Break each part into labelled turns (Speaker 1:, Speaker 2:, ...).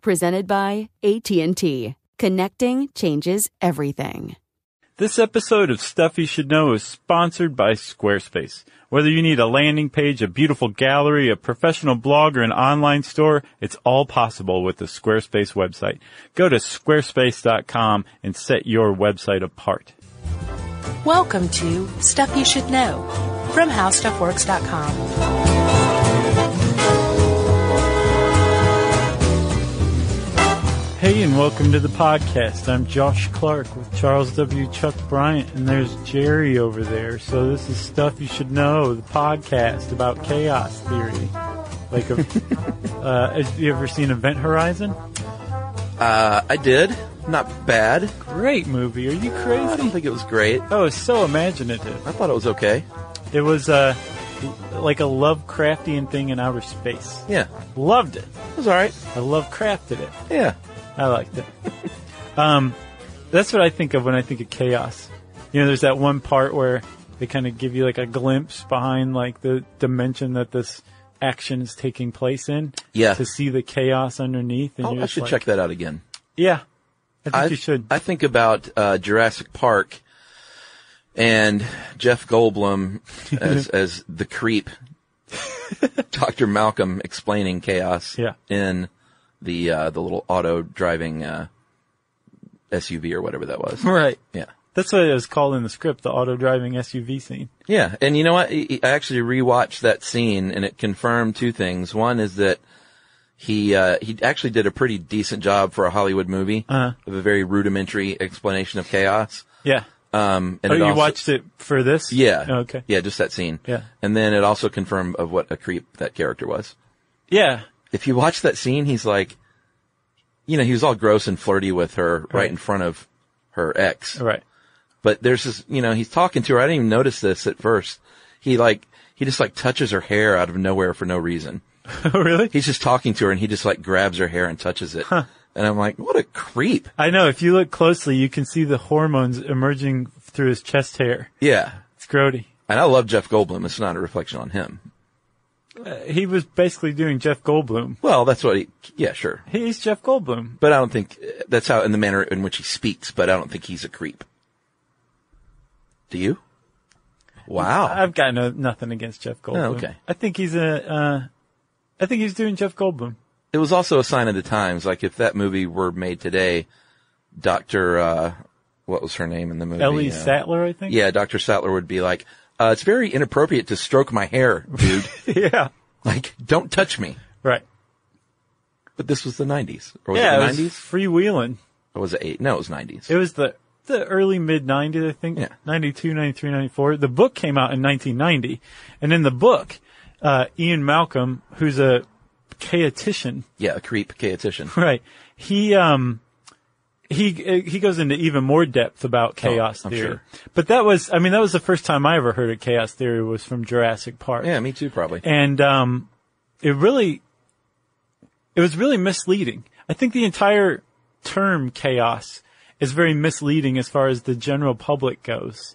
Speaker 1: Presented by AT&T. Connecting changes everything.
Speaker 2: This episode of Stuff You Should Know is sponsored by Squarespace. Whether you need a landing page, a beautiful gallery, a professional blog, or an online store, it's all possible with the Squarespace website. Go to squarespace.com and set your website apart.
Speaker 3: Welcome to Stuff You Should Know from HowStuffWorks.com.
Speaker 2: Hey, and welcome to the podcast. I'm Josh Clark with Charles W. Chuck Bryant, and there's Jerry over there. So this is Stuff You Should Know, the podcast about chaos theory. Like, a, uh, have you ever seen Event Horizon?
Speaker 4: Uh, I did. Not bad.
Speaker 2: Great movie. Are you
Speaker 4: I don't
Speaker 2: crazy?
Speaker 4: think it was great.
Speaker 2: Oh, it's so imaginative.
Speaker 4: I thought it was okay.
Speaker 2: It was uh, like a Lovecraftian thing in outer space.
Speaker 4: Yeah,
Speaker 2: Loved it.
Speaker 4: it was all right.
Speaker 2: I Lovecrafted it.
Speaker 4: Yeah,
Speaker 2: I liked it. um, that's what I think of when I think of chaos. You know, there's that one part where they kind of give you like a glimpse behind like the dimension that this action is taking place in.
Speaker 4: Yeah.
Speaker 2: To see the chaos underneath. And
Speaker 4: Oh,
Speaker 2: you're
Speaker 4: I
Speaker 2: just
Speaker 4: should
Speaker 2: like-
Speaker 4: check that out again.
Speaker 2: Yeah. I think you should.
Speaker 4: I think about uh, Jurassic Park and Jeff Goldblum as as the creep, Doctor Malcolm explaining chaos.
Speaker 2: Yeah.
Speaker 4: in the uh, the little auto driving uh, SUV or whatever that was.
Speaker 2: right.
Speaker 4: Yeah.
Speaker 2: That's what it was called in the script, the auto driving SUV scene.
Speaker 4: Yeah, and you know what? E, I I actually rewatched that scene, and it confirmed two things. One is that he uh, he actually did a pretty decent job for a Hollywood movie
Speaker 2: Uh-huh.
Speaker 4: of a very rudimentary explanation of chaos.
Speaker 2: Yeah.
Speaker 4: Um, and
Speaker 2: Oh,
Speaker 4: it
Speaker 2: you
Speaker 4: also-
Speaker 2: watched it for this?
Speaker 4: Yeah.
Speaker 2: Oh, okay.
Speaker 4: Yeah, just that scene.
Speaker 2: Yeah.
Speaker 4: And then it also confirmed of what a creep that character was.
Speaker 2: Yeah.
Speaker 4: If you watch that scene, he's like, you know, he was all gross and flirty with her right,
Speaker 2: Right.
Speaker 4: in front of her ex
Speaker 2: All right.
Speaker 4: but there's this, you know, he's talking to her. I didn't even notice this at first. He like, he just like touches her hair out of nowhere for no reason.
Speaker 2: Oh, really?
Speaker 4: He's just talking to her and he just like grabs her hair and touches it. And I'm like, what a creep.
Speaker 2: I know. If you look closely, you can see the hormones emerging through his chest hair.
Speaker 4: Yeah.
Speaker 2: It's grody.
Speaker 4: And I love Jeff Goldblum. It's not a reflection on him.
Speaker 2: He was basically doing Jeff Goldblum.
Speaker 4: Well, that's what he, yeah, sure.
Speaker 2: He's Jeff Goldblum.
Speaker 4: But I don't think that's how, in the manner in which he speaks, but I don't think he's a creep. Do you? Wow.
Speaker 2: I've got no, nothing against Jeff Goldblum.
Speaker 4: Oh, okay.
Speaker 2: I think he's a, uh, I think he's doing Jeff Goldblum.
Speaker 4: it was also a sign of the times. Like if that movie were made today, Doctor, uh, what was her name in the movie?
Speaker 2: Ellie
Speaker 4: Uh,
Speaker 2: Sattler, I think.
Speaker 4: Yeah, Doctor Sattler would be like, uh, "It's very inappropriate to stroke my hair, dude.
Speaker 2: yeah.
Speaker 4: like, don't touch me."
Speaker 2: Right.
Speaker 4: But this was the '90s, or was
Speaker 2: yeah.
Speaker 4: it
Speaker 2: it
Speaker 4: the
Speaker 2: was
Speaker 4: '90s?
Speaker 2: freewheeling.
Speaker 4: Or was it eight? No, it was '90s.
Speaker 2: It was the, the early mid 90s, I think.
Speaker 4: Yeah.
Speaker 2: 92, 93, 94. The book came out in 1990. And in the book, uh, Ian Malcolm, who's a chaotician,
Speaker 4: yeah, a creep chaotician.
Speaker 2: Right. He um he he goes into even more depth about chaos
Speaker 4: Oh, I'm
Speaker 2: theory.
Speaker 4: sure.
Speaker 2: But that was I mean that was the first time I ever heard of chaos theory was from Jurassic Park.
Speaker 4: yeah, me too, probably.
Speaker 2: And um it really it was really misleading. I think the entire term chaos is very misleading as far as the general public goes.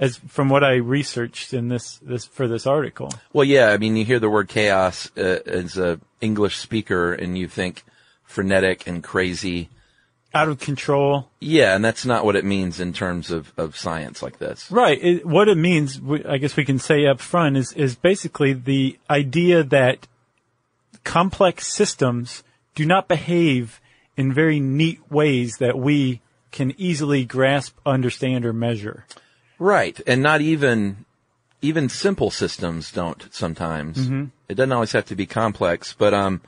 Speaker 2: As from what I researched in this this for this article.
Speaker 4: Well, yeah, I mean, you hear the word chaos uh, as a English speaker, and you think frenetic and crazy.
Speaker 2: Out of control.
Speaker 4: Yeah, and that's not what it means in terms of, of science like this.
Speaker 2: Right. It, what it means, we- I guess we can say up front, is, is basically the idea that complex systems do not behave in very neat ways that we can easily grasp, understand, or measure.
Speaker 4: Right. And not even, even simple systems don't sometimes. It doesn't always have to be complex, but, um,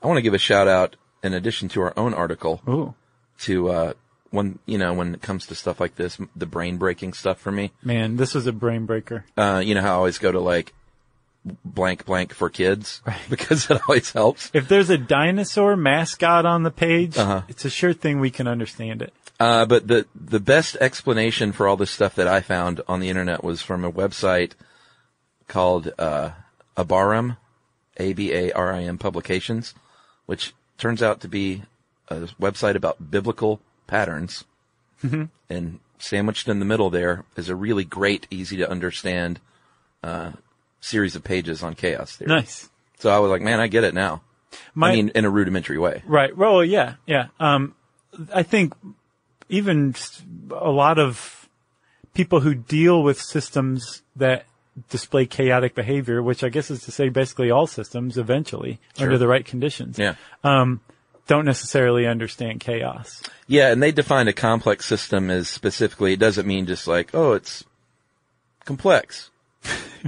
Speaker 4: I want to give a shout out in addition to our own article
Speaker 2: Ooh,
Speaker 4: to, uh, when, you know, when it comes to stuff like this, m- the brain breaking stuff for me,
Speaker 2: man, this was a brain breaker.
Speaker 4: uh, you know how I always go to like blank blank for kids because it always helps.
Speaker 2: If there's a dinosaur mascot on the page, it's a sure thing we can understand it.
Speaker 4: Uh, but the, the best explanation for all this stuff that I found on the internet was from a website called, uh, Abarim, A-B-A-R-I-M publications, which turns out to be a website about biblical patterns.
Speaker 2: Mm-hmm.
Speaker 4: and sandwiched in the middle there is a really great, easy to understand, uh, series of pages on chaos theory.
Speaker 2: Nice.
Speaker 4: So I was like, man, I get it now.
Speaker 2: My,
Speaker 4: I mean, in a rudimentary way.
Speaker 2: Right. Well, yeah, yeah. Um, I think even s- a lot of people who deal with systems that display chaotic behavior, which I guess is to say basically all systems eventually under the right conditions,
Speaker 4: Yeah.
Speaker 2: don't necessarily understand chaos.
Speaker 4: Yeah, and they defined a complex system as specifically, it doesn't mean just like, oh, it's complex.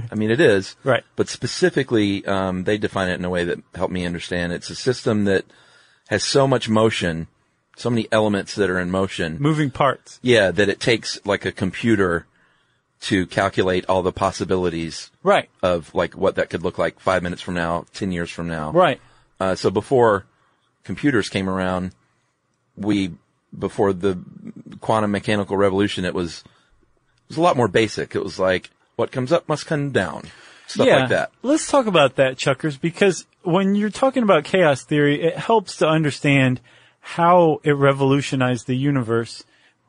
Speaker 4: I mean, it is.
Speaker 2: Right.
Speaker 4: But specifically, um, they define it in a way that helped me understand. It's a system that has so much motion, so many elements that are in motion.
Speaker 2: Moving parts.
Speaker 4: Yeah, that it takes like a computer to calculate all the possibilities
Speaker 2: Right.
Speaker 4: of like what that could look like five minutes from now, 10 years from now.
Speaker 2: Right.
Speaker 4: Uh, so before computers came around, we, before the quantum mechanical revolution, it was, it was a lot more basic. It was like, what comes up must come down. Stuff
Speaker 2: yeah.
Speaker 4: like that.
Speaker 2: Let's talk about that, Chuckers, because when you're talking about chaos theory, it helps to understand how it revolutionized the universe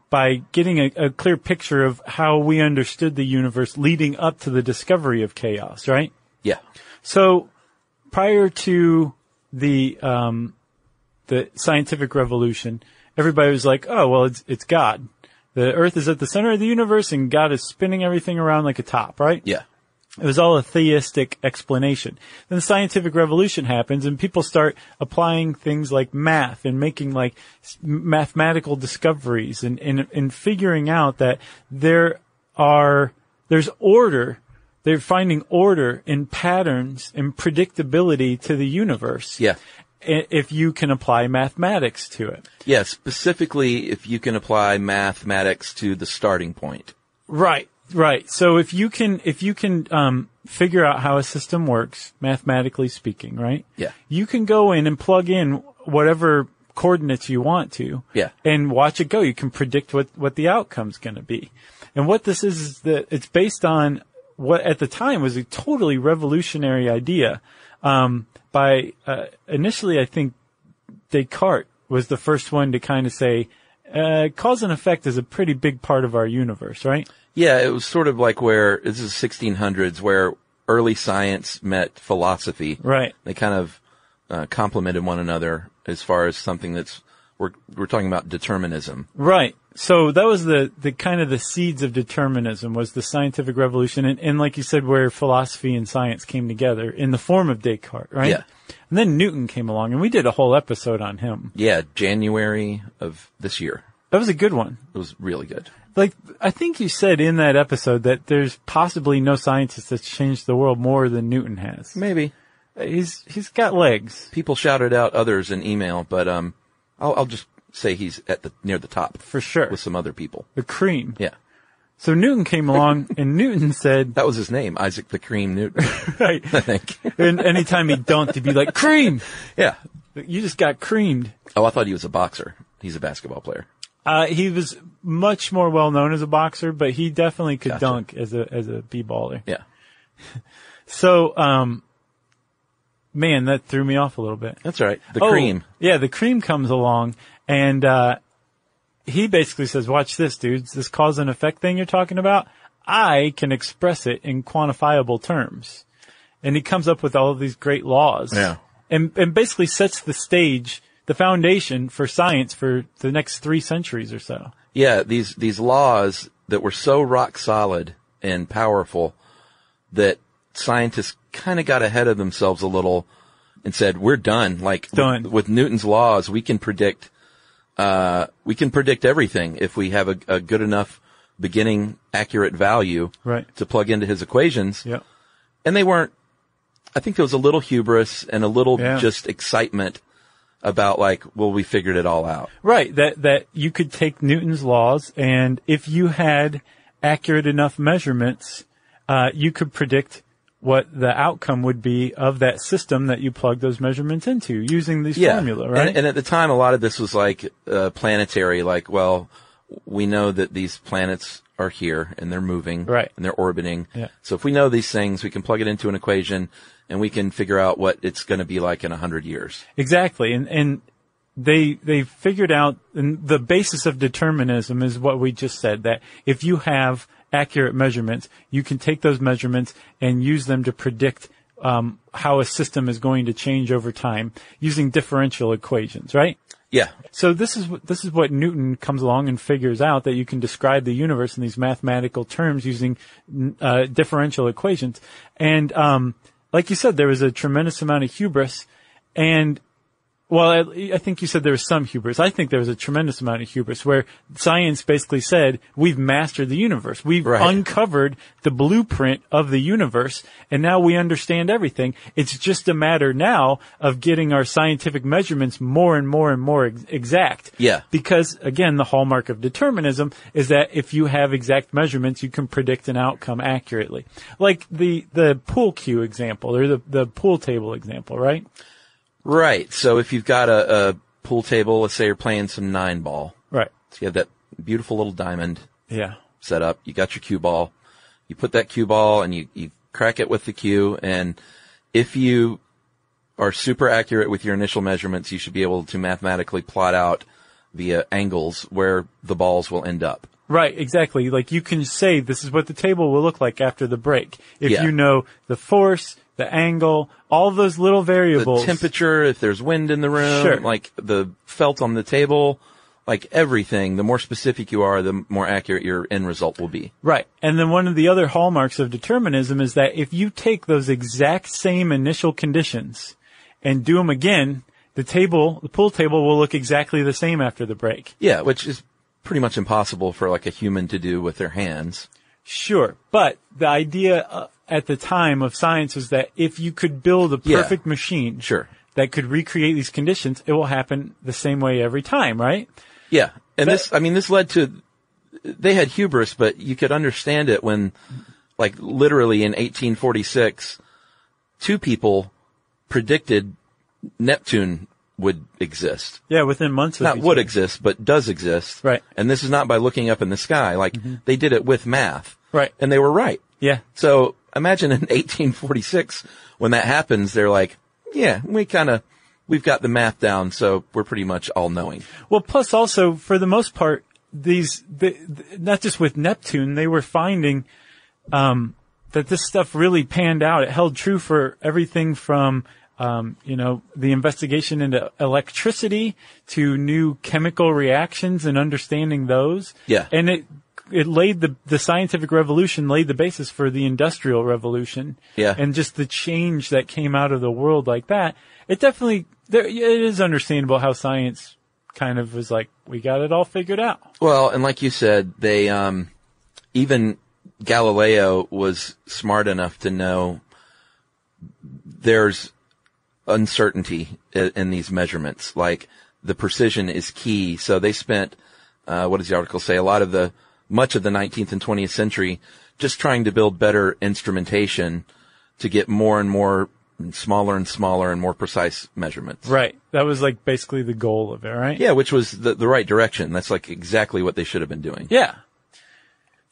Speaker 2: by getting a, a clear picture of how we understood the universe leading up to the discovery of chaos, right?
Speaker 4: Yeah.
Speaker 2: So prior to the um, the scientific revolution, everybody was like, "Oh, well, it's it's God. The Earth is at the center of the universe, and God is spinning everything around like a top, right?"
Speaker 4: Yeah.
Speaker 2: It was all a theistic explanation. Then the scientific revolution happens and people start applying things like math and making like s- mathematical discoveries and, and, and figuring out that there are, there's order. They're finding order in patterns and predictability to the universe.
Speaker 4: Yeah.
Speaker 2: i- If you can apply mathematics to it.
Speaker 4: Yeah. Specifically, if you can apply mathematics to the starting point.
Speaker 2: Right, right. So if you can, if you can, um, figure out how a system works, mathematically speaking, right?
Speaker 4: Yeah.
Speaker 2: You can go in and plug in whatever coordinates you want to.
Speaker 4: Yeah.
Speaker 2: And watch it go. You can predict what, what the outcome's gonna be. And what this is, is that it's based on what at the time was a totally revolutionary idea, um, by, uh, initially I think Descartes was the first one to kind of say, uh, cause and effect is a pretty big part of our universe, right?
Speaker 4: Yeah. It was sort of like where this is 1600s where early science met philosophy.
Speaker 2: Right.
Speaker 4: They kind of uh, complemented one another as far as something that's we're we're talking about determinism.
Speaker 2: Right. So that was the, the kind of the seeds of determinism was the scientific revolution. And, and like you said, where philosophy and science came together in the form of Descartes, right?
Speaker 4: Yeah.
Speaker 2: And then Newton came along and we did a whole episode on him.
Speaker 4: Yeah, January of this year.
Speaker 2: That was a good one.
Speaker 4: It was really good.
Speaker 2: Like, I think you said in that episode that there's possibly no scientist that's changed the world more than Newton has.
Speaker 4: Maybe
Speaker 2: He's, he's got legs
Speaker 4: people shouted out others in email, but um, I'll, I'll just say he's at the near the top
Speaker 2: for sure.
Speaker 4: with some other people.
Speaker 2: The cream.
Speaker 4: Yeah,
Speaker 2: So Newton came along and Newton said,
Speaker 4: that was his name, Isaac the Cream Newton.
Speaker 2: right.
Speaker 4: I think.
Speaker 2: And anytime he dunked, he'd be like, cream!
Speaker 4: Yeah.
Speaker 2: You just got creamed.
Speaker 4: Oh, I thought he was a boxer. He's a basketball player.
Speaker 2: Uh, he was much more well known as a boxer, but he definitely could
Speaker 4: Gotcha.
Speaker 2: dunk as a as a b baller.
Speaker 4: Yeah,
Speaker 2: So, um, man, that threw me off a little bit.
Speaker 4: that's all right. The
Speaker 2: Oh,
Speaker 4: Cream.
Speaker 2: yeah. The cream comes along, and uh, he basically says, "Watch this, dudes. This cause and effect thing you're talking about, I can express it in quantifiable terms." And he comes up with all of these great laws,
Speaker 4: Yeah.
Speaker 2: and and basically sets the stage, the foundation for science for the next three centuries or so.
Speaker 4: Yeah, these these laws that were so rock solid and powerful that scientists kind of got ahead of themselves a little and said, "We're done. Like
Speaker 2: Done.
Speaker 4: With, with Newton's laws, we can predict. Uh, we can predict everything if we have a, a good enough beginning accurate value
Speaker 2: Right.
Speaker 4: to plug into his equations."
Speaker 2: Yep.
Speaker 4: and they weren't. I think there was a little hubris and a little
Speaker 2: Yeah.
Speaker 4: just excitement about like, well, we figured it all out.
Speaker 2: Right. That, that you could take Newton's laws and if you had accurate enough measurements, uh, you could predict what the outcome would be of that system that you plug those measurements into using this formula, right?
Speaker 4: And, and at the time, a lot of this was like uh, planetary. Like, well, we know that these planets are here and they're moving,
Speaker 2: Right.
Speaker 4: And they're orbiting.
Speaker 2: Yeah.
Speaker 4: So if we know these things, we can plug it into an equation and we can figure out what it's going to be like in a hundred years.
Speaker 2: Exactly, and and they they figured out and the basis of determinism is what we just said that if you have accurate measurements, you can take those measurements and use them to predict um, how a system is going to change over time using differential equations, right?
Speaker 4: Yeah.
Speaker 2: So this is wh- this is what Newton comes along and figures out that you can describe the universe in these mathematical terms using n- uh, differential equations, and um, like you said, there was a tremendous amount of hubris, and well, I, I think you said there was some hubris. I think there was a tremendous amount of hubris where science basically said we've mastered the universe, we've
Speaker 4: Right.
Speaker 2: uncovered the blueprint of the universe, and now we understand everything. It's just a matter now of getting our scientific measurements more and more and more ex- exact.
Speaker 4: Yeah.
Speaker 2: Because again, the hallmark of determinism is that if you have exact measurements, you can predict an outcome accurately. Like the, the pool cue example or the, the pool table example, right?
Speaker 4: Right. So if you've got a, a pool table, let's say you're playing some nine ball.
Speaker 2: Right.
Speaker 4: So you have that beautiful little diamond
Speaker 2: Yeah.
Speaker 4: set up. You got your cue ball. You put that cue ball and you, you crack it with the cue. And if you are super accurate with your initial measurements, you should be able to mathematically plot out via angles where the balls will end up.
Speaker 2: Right, exactly. Like you can say this is what the table will look like after the break. If
Speaker 4: Yeah.
Speaker 2: you know the force, the angle, all of those little variables.
Speaker 4: The temperature, if there's wind in the room,
Speaker 2: Sure.
Speaker 4: like the felt on the table, like everything, the more specific you are, the more accurate your end result will be.
Speaker 2: Right. And then one of the other hallmarks of determinism is that if you take those exact same initial conditions and do them again, the table, the pool table will look exactly the same after the break.
Speaker 4: Yeah, which is pretty much impossible for like a human to do with their hands.
Speaker 2: Sure. But the idea uh, at the time of science was that if you could build a
Speaker 4: Yeah.
Speaker 2: perfect machine
Speaker 4: Sure.
Speaker 2: that could recreate these conditions, it will happen the same way every time, right?
Speaker 4: Yeah. And this, I mean, this led to, they had hubris, but you could understand it when, like, literally in 1846, two people predicted Neptune would exist.
Speaker 2: Yeah, within months of
Speaker 4: Not
Speaker 2: each
Speaker 4: would
Speaker 2: other.
Speaker 4: exist, but does exist.
Speaker 2: Right.
Speaker 4: And this is not by looking up in the sky. Like, they did it with math.
Speaker 2: Right.
Speaker 4: And they were right.
Speaker 2: Yeah.
Speaker 4: So imagine in 1846, when that happens, they're like, yeah, we kind of, we've got the math down, so we're pretty much all knowing.
Speaker 2: Well, plus also for the most part, these the, the- not just with Neptune, they were finding um, that this stuff really panned out. It held true for everything from um, you know the investigation into electricity to new chemical reactions and understanding those.
Speaker 4: Yeah.
Speaker 2: and it it laid the the scientific revolution laid the basis for the industrial revolution.
Speaker 4: Yeah.
Speaker 2: and just the change that came out of the world like that. It definitely there, it is understandable how science kind of was like, we got it all figured out.
Speaker 4: Well, and like you said, they um, even Galileo was smart enough to know there's uncertainty in, in these measurements. Like the precision is key. So they spent uh, what does the article say? A lot of the much of the 19th and 20th century just trying to build better instrumentation to get more and more and smaller and smaller and more precise measurements.
Speaker 2: Right. That was like basically the goal of it, right?
Speaker 4: Yeah, which was the, the right direction. That's like exactly what they should have been doing.
Speaker 2: Yeah.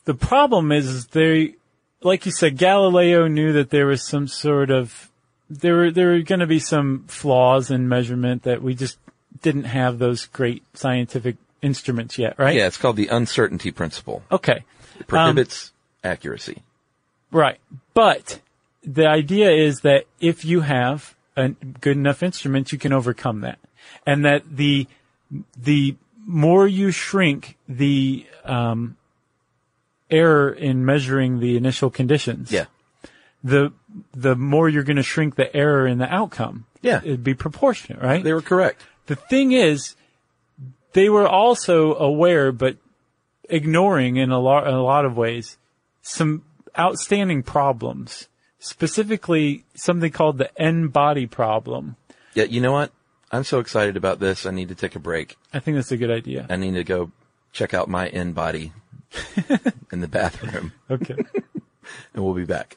Speaker 2: The problem is, is they, like you said, Galileo knew that there was some sort of, there were, there were going to be some flaws in measurement that we just didn't have those great scientific instruments yet, right?
Speaker 4: Yeah, it's called the uncertainty principle.
Speaker 2: Okay.
Speaker 4: It prohibits accuracy.
Speaker 2: Right. But the idea is that if you have a good enough instrument, you can overcome that. And that the, the more you shrink the, um, error in measuring the initial conditions, the the more you're going to shrink the error in the outcome.
Speaker 4: Yeah.
Speaker 2: it'd be proportionate, right?
Speaker 4: They were correct.
Speaker 2: the thing is, they were also aware, but ignoring in a lot, a lot of ways, some outstanding problems. Specifically, something called the N body problem.
Speaker 4: Yeah, you know what? I'm so excited about this. I need to take a break.
Speaker 2: I think that's a good idea.
Speaker 4: I need to go check out my in body in the bathroom,
Speaker 2: Okay.
Speaker 4: and we'll be back.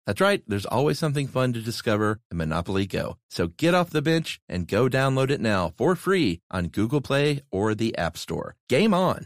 Speaker 4: That's right, there's always something fun to discover in Monopoly Go. So get off the bench and go download it now for free on Google Play or the App Store. Game on!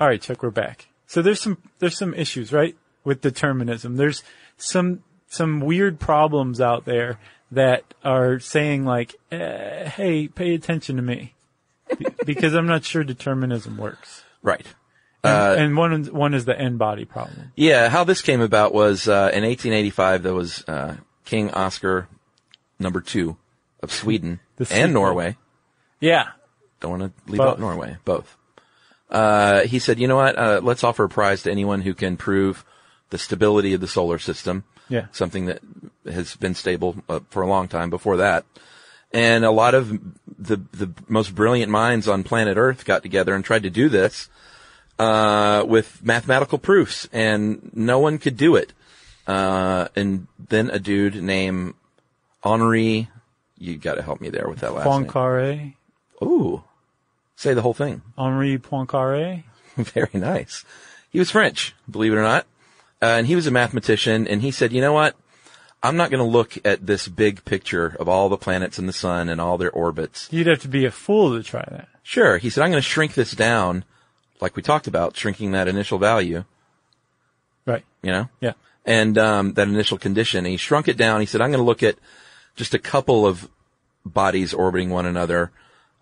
Speaker 2: All right, Chuck, we're back. So there's some there's some issues, right, with determinism. There's some some weird problems out there that are saying like, eh, "Hey, pay attention to me," Be- because I'm not sure determinism works.
Speaker 4: Right.
Speaker 2: and one one is the end body problem.
Speaker 4: Yeah, how this came about was uh, in 1885 there was uh, King Oscar number two of Sweden
Speaker 2: The
Speaker 4: and
Speaker 2: sequel.
Speaker 4: Norway.
Speaker 2: Yeah,
Speaker 4: Don't want to leave
Speaker 2: Both.
Speaker 4: out Norway. Both. Uh, he said, you know what? Uh, let's offer a prize to anyone who can prove the stability of the solar system.
Speaker 2: Yeah.
Speaker 4: Something that has been stable uh, for a long time before that. And a lot of the, the most brilliant minds on planet Earth got together and tried to do this, uh, with mathematical proofs and no one could do it. Uh, and then a dude named Henri, you gotta help me there with that last name.
Speaker 2: Poincare,
Speaker 4: Ooh. Say the whole thing.
Speaker 2: Henri Poincare.
Speaker 4: Very nice. He was French, believe it or not. Uh, and he was a mathematician and he said, you know what? I'm not going to look at this big picture of all the planets and the sun and all their orbits.
Speaker 2: You'd have to be a fool to try that.
Speaker 4: Sure. He said, I'm going to shrink this down, like we talked about, shrinking that initial value,
Speaker 2: Right.
Speaker 4: you know?
Speaker 2: Yeah.
Speaker 4: and um, that initial condition. And he shrunk it down. He said, "I'm going to look at just a couple of bodies orbiting one another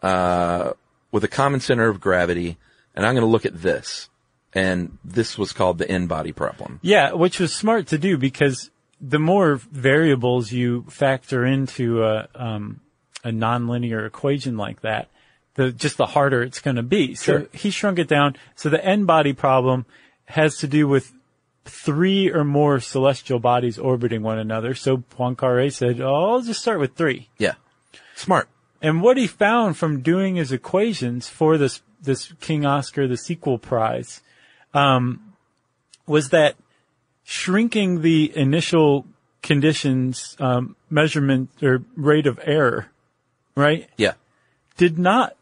Speaker 4: uh, with a common center of gravity, and I'm going to look at this." And this was called the in-body problem.
Speaker 2: Yeah, which was smart to do because the more variables you factor into a, um, a nonlinear equation like that, the just the harder it's going to be. So
Speaker 4: Sure.
Speaker 2: he shrunk it down. So the n body problem has to do with three or more celestial bodies orbiting one another. So Poincare said, "Oh, I'll just start with three.
Speaker 4: Yeah, smart.
Speaker 2: And what he found from doing his equations for this this King Oscar the sequel prize um, was that shrinking the initial conditions um, measurement or rate of error right?
Speaker 4: Yeah.
Speaker 2: did not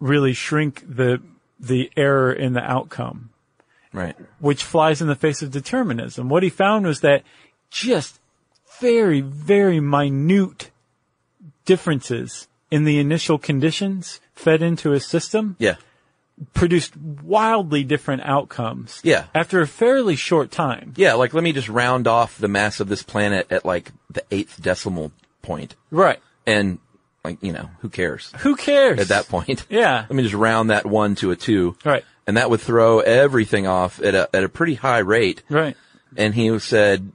Speaker 2: really shrink the the error in the outcome,
Speaker 4: Right.
Speaker 2: which flies in the face of determinism. What he found was that just very, very minute differences in the initial conditions fed into his system
Speaker 4: Yeah.
Speaker 2: produced wildly different outcomes.
Speaker 4: Yeah.
Speaker 2: After a fairly short time.
Speaker 4: Yeah. Like, let me just round off the mass of this planet at like the eighth decimal point.
Speaker 2: Right.
Speaker 4: And like, you know, who cares
Speaker 2: Who cares?
Speaker 4: at that point?
Speaker 2: Yeah.
Speaker 4: Let me just round that one to a two.
Speaker 2: Right.
Speaker 4: And that would throw everything off at a, at a pretty high rate.
Speaker 2: Right.
Speaker 4: And he said,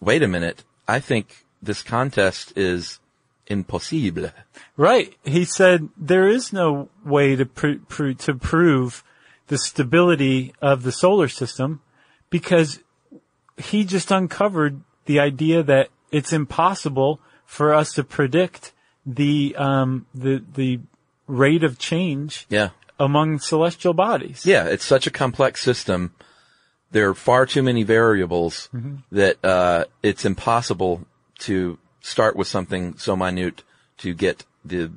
Speaker 4: wait a minute. I think this contest is impossible.
Speaker 2: Right. He said there is no way to pr- pr- to prove the stability of the solar system because he just uncovered the idea that it's impossible for us to predict the um the the rate of change
Speaker 4: Yeah.
Speaker 2: among celestial bodies.
Speaker 4: Yeah, it's such a complex system. There are far too many variables
Speaker 2: Mm-hmm.
Speaker 4: that uh, it's impossible to start with something so minute to get the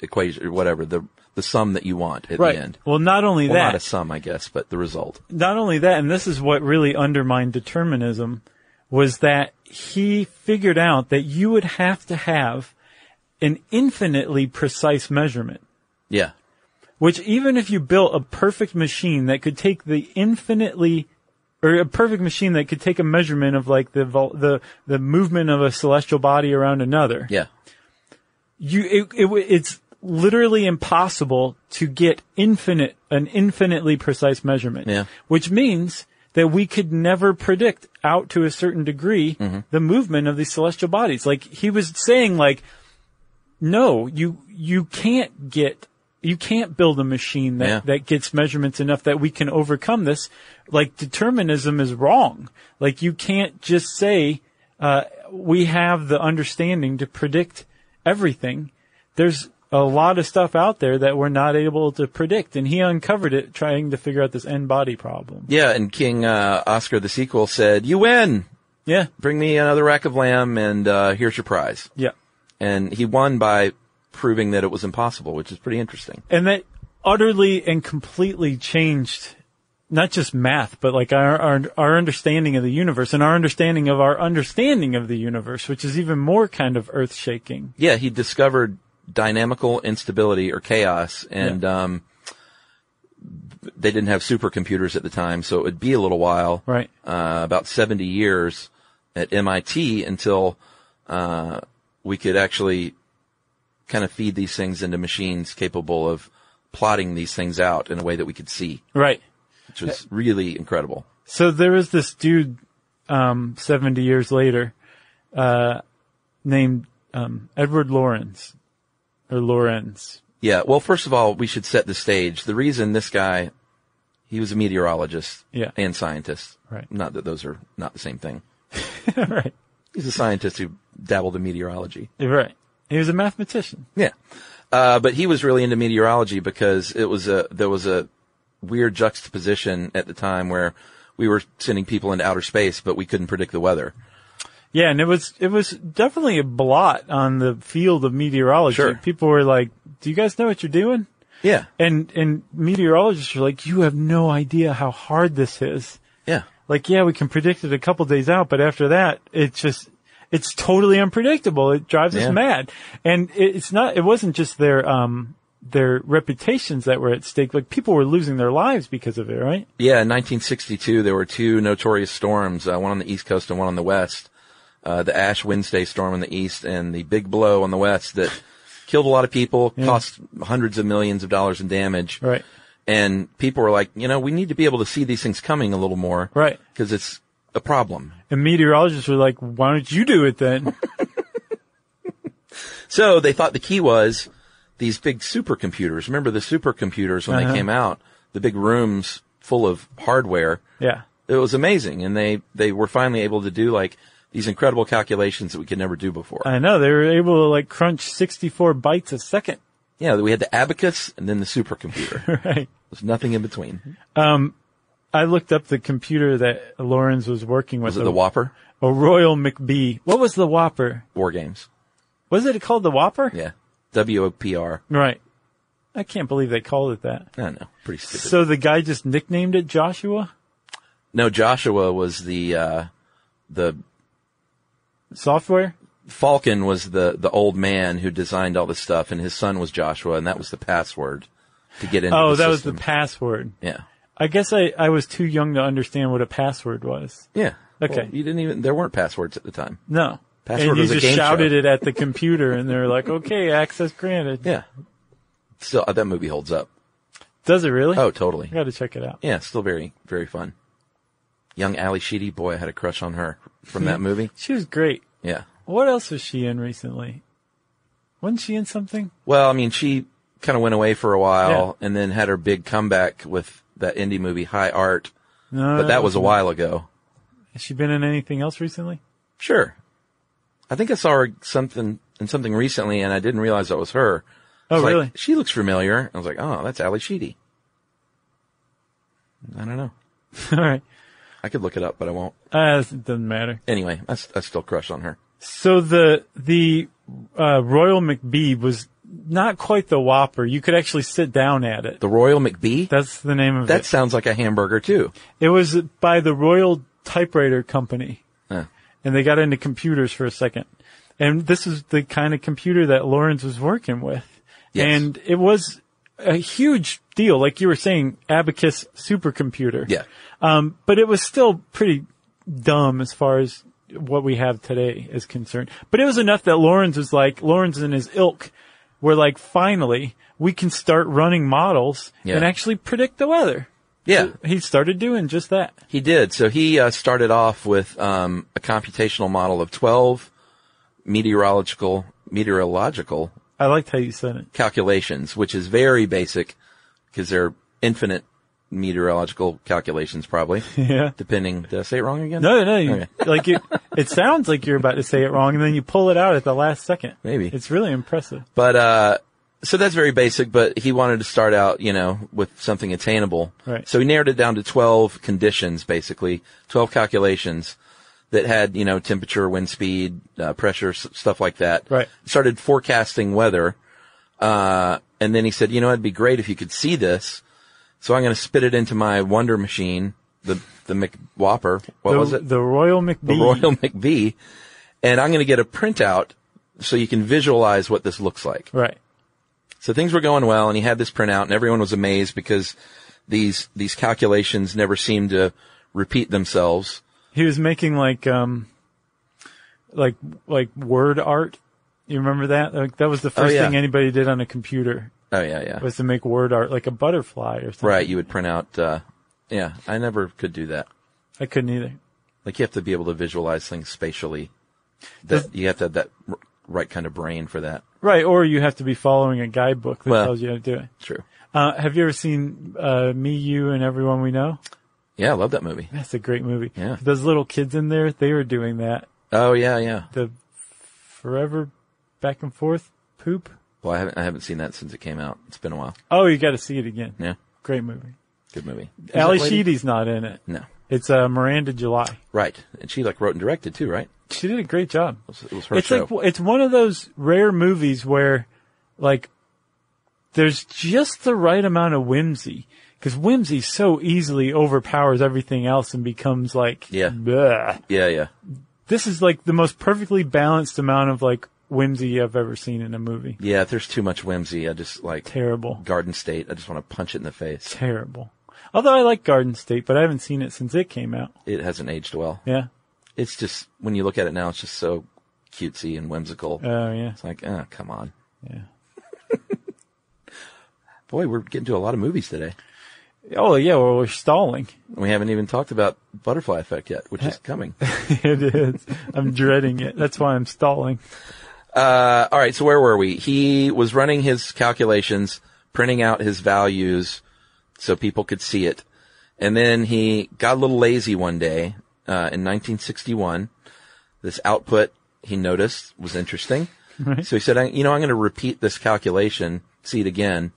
Speaker 4: equation or whatever the the sum that you want at
Speaker 2: Right.
Speaker 4: the end.
Speaker 2: Well, not only
Speaker 4: Well,
Speaker 2: that,
Speaker 4: not a sum, I guess, but the result.
Speaker 2: not only that, and this is what really undermined determinism, was that he figured out that you would have to have an infinitely precise measurement,
Speaker 4: Yeah,
Speaker 2: which even if you built a perfect machine that could take the infinitely or a perfect machine that could take a measurement of like the vol- the the movement of a celestial body around another,
Speaker 4: yeah,
Speaker 2: you it, it w- it's literally impossible to get infinite an infinitely precise measurement
Speaker 4: Yeah.
Speaker 2: which means that we could never predict out to a certain degree the movement of these celestial bodies like he was saying like no you you can't get you can't build a machine that,
Speaker 4: Yeah.
Speaker 2: that gets measurements enough that we can overcome this. Like determinism is wrong. Like you can't just say, uh, we have the understanding to predict everything. There's a lot of stuff out there that we're not able to predict. And he uncovered it trying to figure out this end body problem.
Speaker 4: yeah. And King uh, Oscar the sequel said, "You win.
Speaker 2: Yeah.
Speaker 4: Bring me another rack of lamb, and uh, here's your prize."
Speaker 2: Yeah.
Speaker 4: And he won by proving that it was impossible, which is pretty interesting.
Speaker 2: And that utterly and completely changed not just math, but like our, our, our understanding of the universe and our understanding of our understanding of the universe, which is even more kind of earth shaking.
Speaker 4: yeah, he discovered dynamical instability or chaos, and um, they didn't have supercomputers at the time, so it would be a little while,
Speaker 2: Right.
Speaker 4: Uh, about seventy years at MIT until uh, we could actually kind of feed these things into machines capable of plotting these things out in a way that we could see,
Speaker 2: Right.
Speaker 4: which was really incredible.
Speaker 2: So there was this dude, um, 70 years later, uh, named, um, Edward Lorenz or Lorenz.
Speaker 4: Yeah. Well, first of all, we should set the stage. The reason this guy, he was a meteorologist
Speaker 2: Yeah.
Speaker 4: and scientist.
Speaker 2: Right.
Speaker 4: Not that those are not the same thing.
Speaker 2: right.
Speaker 4: He's a scientist who dabbled in meteorology.
Speaker 2: Right. He was a mathematician.
Speaker 4: Yeah. Uh, but he was really into meteorology because it was a, there was a weird juxtaposition at the time where we were sending people into outer space, but we couldn't predict the weather.
Speaker 2: Yeah, and it was it was definitely a blot on the field of meteorology.
Speaker 4: Sure.
Speaker 2: People were like, "Do you guys know what you're doing?"
Speaker 4: Yeah.
Speaker 2: And and meteorologists were like, "You have no idea how hard this is."
Speaker 4: Yeah.
Speaker 2: Like, yeah, we can predict it a couple days out, but after that, it's just it's totally unpredictable. It drives
Speaker 4: Yeah.
Speaker 2: us mad. And it, it's not it wasn't just their um their reputations that were at stake. Like people were losing their lives because of it, right?
Speaker 4: Yeah, in 1962, there were two notorious storms, uh, one on the East Coast and one on the West. Uh, the Ash Wednesday storm on the East and the Big Blow on the West that killed a lot of people, cost hundreds of millions of dollars in damage.
Speaker 2: Right.
Speaker 4: And people were like, you know, we need to be able to see these things coming a little more.
Speaker 2: Right.
Speaker 4: Because it's a problem.
Speaker 2: And meteorologists were like, "Why don't you do it then?"
Speaker 4: So they thought the key was these big supercomputers. Remember the supercomputers when
Speaker 2: Uh-huh.
Speaker 4: they came out? The big rooms full of hardware.
Speaker 2: yeah.
Speaker 4: it was amazing and they they were finally able to do like these incredible calculations that we could never do before
Speaker 2: I know they were able to like crunch 64 bytes a second.
Speaker 4: yeah we had the abacus and then the supercomputer
Speaker 2: Right. Mm-hmm.
Speaker 4: there's nothing in between
Speaker 2: I looked up the computer that Lawrence was working with.
Speaker 4: was it
Speaker 2: a,
Speaker 4: the whopper
Speaker 2: a Royal McBee. What was the Whopper?
Speaker 4: war games
Speaker 2: Was it called the Whopper?
Speaker 4: yeah WOPR.
Speaker 2: Right. I can't believe they called it that.
Speaker 4: I don't know. Pretty stupid.
Speaker 2: So the guy just nicknamed it Joshua
Speaker 4: no, Joshua was the, uh, the
Speaker 2: software?
Speaker 4: Falcon was the, the old man who designed all this stuff and his son was Joshua and that was the password to get into
Speaker 2: Oh,
Speaker 4: the
Speaker 2: that was the
Speaker 4: system.
Speaker 2: password.
Speaker 4: Yeah.
Speaker 2: I guess I, I was too young to understand what a password was.
Speaker 4: Yeah.
Speaker 2: Okay.
Speaker 4: Well, you didn't even, there weren't passwords at the time.
Speaker 2: No.
Speaker 4: Password
Speaker 2: and you
Speaker 4: was a
Speaker 2: just
Speaker 4: game show.
Speaker 2: shouted it at the computer and they're like, okay, access granted.
Speaker 4: Yeah. Still, uh, that movie holds up.
Speaker 2: Does it really?
Speaker 4: Oh, totally.
Speaker 2: I gotta check it out.
Speaker 4: Yeah, still very, very fun. Young Ali Sheedy, boy, I had a crush on her from that movie.
Speaker 2: She was great.
Speaker 4: Yeah.
Speaker 2: What else was she in recently? Wasn't she in something?
Speaker 4: Well, I mean, she kind of went away for a while and then had her big comeback with that indie movie, High Art,
Speaker 2: No.
Speaker 4: but that was a while ago.
Speaker 2: Has she been in anything else recently?
Speaker 4: Sure. I think I saw her something in something recently and I didn't realize that was her.
Speaker 2: Oh,
Speaker 4: I was like,
Speaker 2: really?
Speaker 4: she looks familiar. I was like, oh, that's Ali Sheedy. I don't know.
Speaker 2: All right.
Speaker 4: I could look it up, but I won't.
Speaker 2: Uh, it doesn't matter.
Speaker 4: Anyway, I, s- I still crush on her.
Speaker 2: So the the uh, Royal McBee was not quite the Whopper. You could actually sit down at it.
Speaker 4: The Royal McBee?
Speaker 2: That's the name of
Speaker 4: That sounds like a hamburger too.
Speaker 2: it. It was by the Royal Typewriter Company,
Speaker 4: Huh.
Speaker 2: and they got into computers for a second. And this is the kind of computer that Lawrence was working with,
Speaker 4: Yes.
Speaker 2: and it was a huge deal. Like you were saying, Abacus supercomputer.
Speaker 4: Yeah.
Speaker 2: Um, but it was still pretty dumb as far as what we have today is concerned. But it was enough that Lawrence was like, Lawrence and his ilk were like, finally, we can start running models
Speaker 4: Yeah.
Speaker 2: and actually predict the weather.
Speaker 4: Yeah,
Speaker 2: He started doing just that.
Speaker 4: he did. So he uh, started off with um, a computational model of 12 meteorological meteorological
Speaker 2: I liked how you said it.
Speaker 4: calculations, which is very basic because they're infinite meteorological calculations probably.
Speaker 2: Yeah.
Speaker 4: Depending, did I say it wrong again?
Speaker 2: No, no, you,
Speaker 4: Okay.
Speaker 2: like you, it sounds like you're about to say it wrong and then you pull it out at the last second.
Speaker 4: Maybe.
Speaker 2: It's really impressive.
Speaker 4: But uh, so that's very basic. But he wanted to start out, you know, with something attainable.
Speaker 2: Right.
Speaker 4: So he narrowed it down to twelve conditions, basically twelve calculations that had, you know, temperature, wind speed, uh, pressure, s- stuff like that.
Speaker 2: Right.
Speaker 4: Started forecasting weather, uh, and then he said, you know, it'd be great if you could see this. So I'm going to spit it into my Wonder Machine, the the McWhopper. What
Speaker 2: the,
Speaker 4: was it?
Speaker 2: The Royal McBee.
Speaker 4: the Royal McBee, and I'm going to get a printout so you can visualize what this looks like.
Speaker 2: Right.
Speaker 4: So things were going well and he had this printout and everyone was amazed because these, these calculations never seemed to repeat themselves.
Speaker 2: He was making like um like like word art. You remember that? Like that was the first
Speaker 4: Oh, yeah.
Speaker 2: thing anybody did on a computer
Speaker 4: Oh yeah, yeah.
Speaker 2: was to make word art like a butterfly or something.
Speaker 4: Right. You would print out, uh, yeah, I never could do that.
Speaker 2: I couldn't either.
Speaker 4: Like you have to be able to visualize things spatially. That, you have to have that r- right kind of brain for that.
Speaker 2: Right, or you have to be following a guidebook that
Speaker 4: Well-
Speaker 2: tells you how to do it.
Speaker 4: True.
Speaker 2: Uh, have you ever seen uh, Me, You, and Everyone We Know?
Speaker 4: Yeah. I love that movie.
Speaker 2: That's a great movie.
Speaker 4: Yeah.
Speaker 2: Those little kids in there, they were doing that.
Speaker 4: Oh yeah, yeah.
Speaker 2: The forever back and forth poop.
Speaker 4: Well, I haven't, I haven't seen that since it came out. It's been a while.
Speaker 2: Oh, you got to see it again.
Speaker 4: Yeah.
Speaker 2: Great movie.
Speaker 4: Good movie. Who's
Speaker 2: Ali
Speaker 4: that lady?
Speaker 2: Sheedy's not in it.
Speaker 4: No.
Speaker 2: It's uh, Miranda July.
Speaker 4: Right. And she like wrote and directed too, right?
Speaker 2: She did a great job.
Speaker 4: It was, it was her
Speaker 2: It's
Speaker 4: show.
Speaker 2: like it's one of those rare movies where, like, there's just the right amount of whimsy because whimsy so easily overpowers everything else and becomes like,
Speaker 4: Yeah.
Speaker 2: bleh.
Speaker 4: yeah, yeah.
Speaker 2: This is like the most perfectly balanced amount of like whimsy I've ever seen in a movie.
Speaker 4: Yeah. If there's too much whimsy, I just like
Speaker 2: Terrible,
Speaker 4: Garden State. I just want to punch it in the face.
Speaker 2: terrible. Although I like Garden State, but I haven't seen it since it came out.
Speaker 4: It hasn't aged well.
Speaker 2: Yeah.
Speaker 4: It's just when you look at it now, it's just so cutesy and whimsical.
Speaker 2: Oh yeah.
Speaker 4: it's like, oh, come on.
Speaker 2: Yeah.
Speaker 4: Boy, we're getting to a lot of movies today.
Speaker 2: Oh yeah. Well, we're stalling.
Speaker 4: We haven't even talked about Butterfly Effect yet, which is coming.
Speaker 2: it is. I'm dreading it. That's why I'm stalling.
Speaker 4: Uh, all right. So where were we? He was running his calculations, printing out his values so people could see it. And then he got a little lazy one day, uh, in 1961. This output he noticed was interesting. So he said, I, you know, I'm going to repeat this calculation, see it again,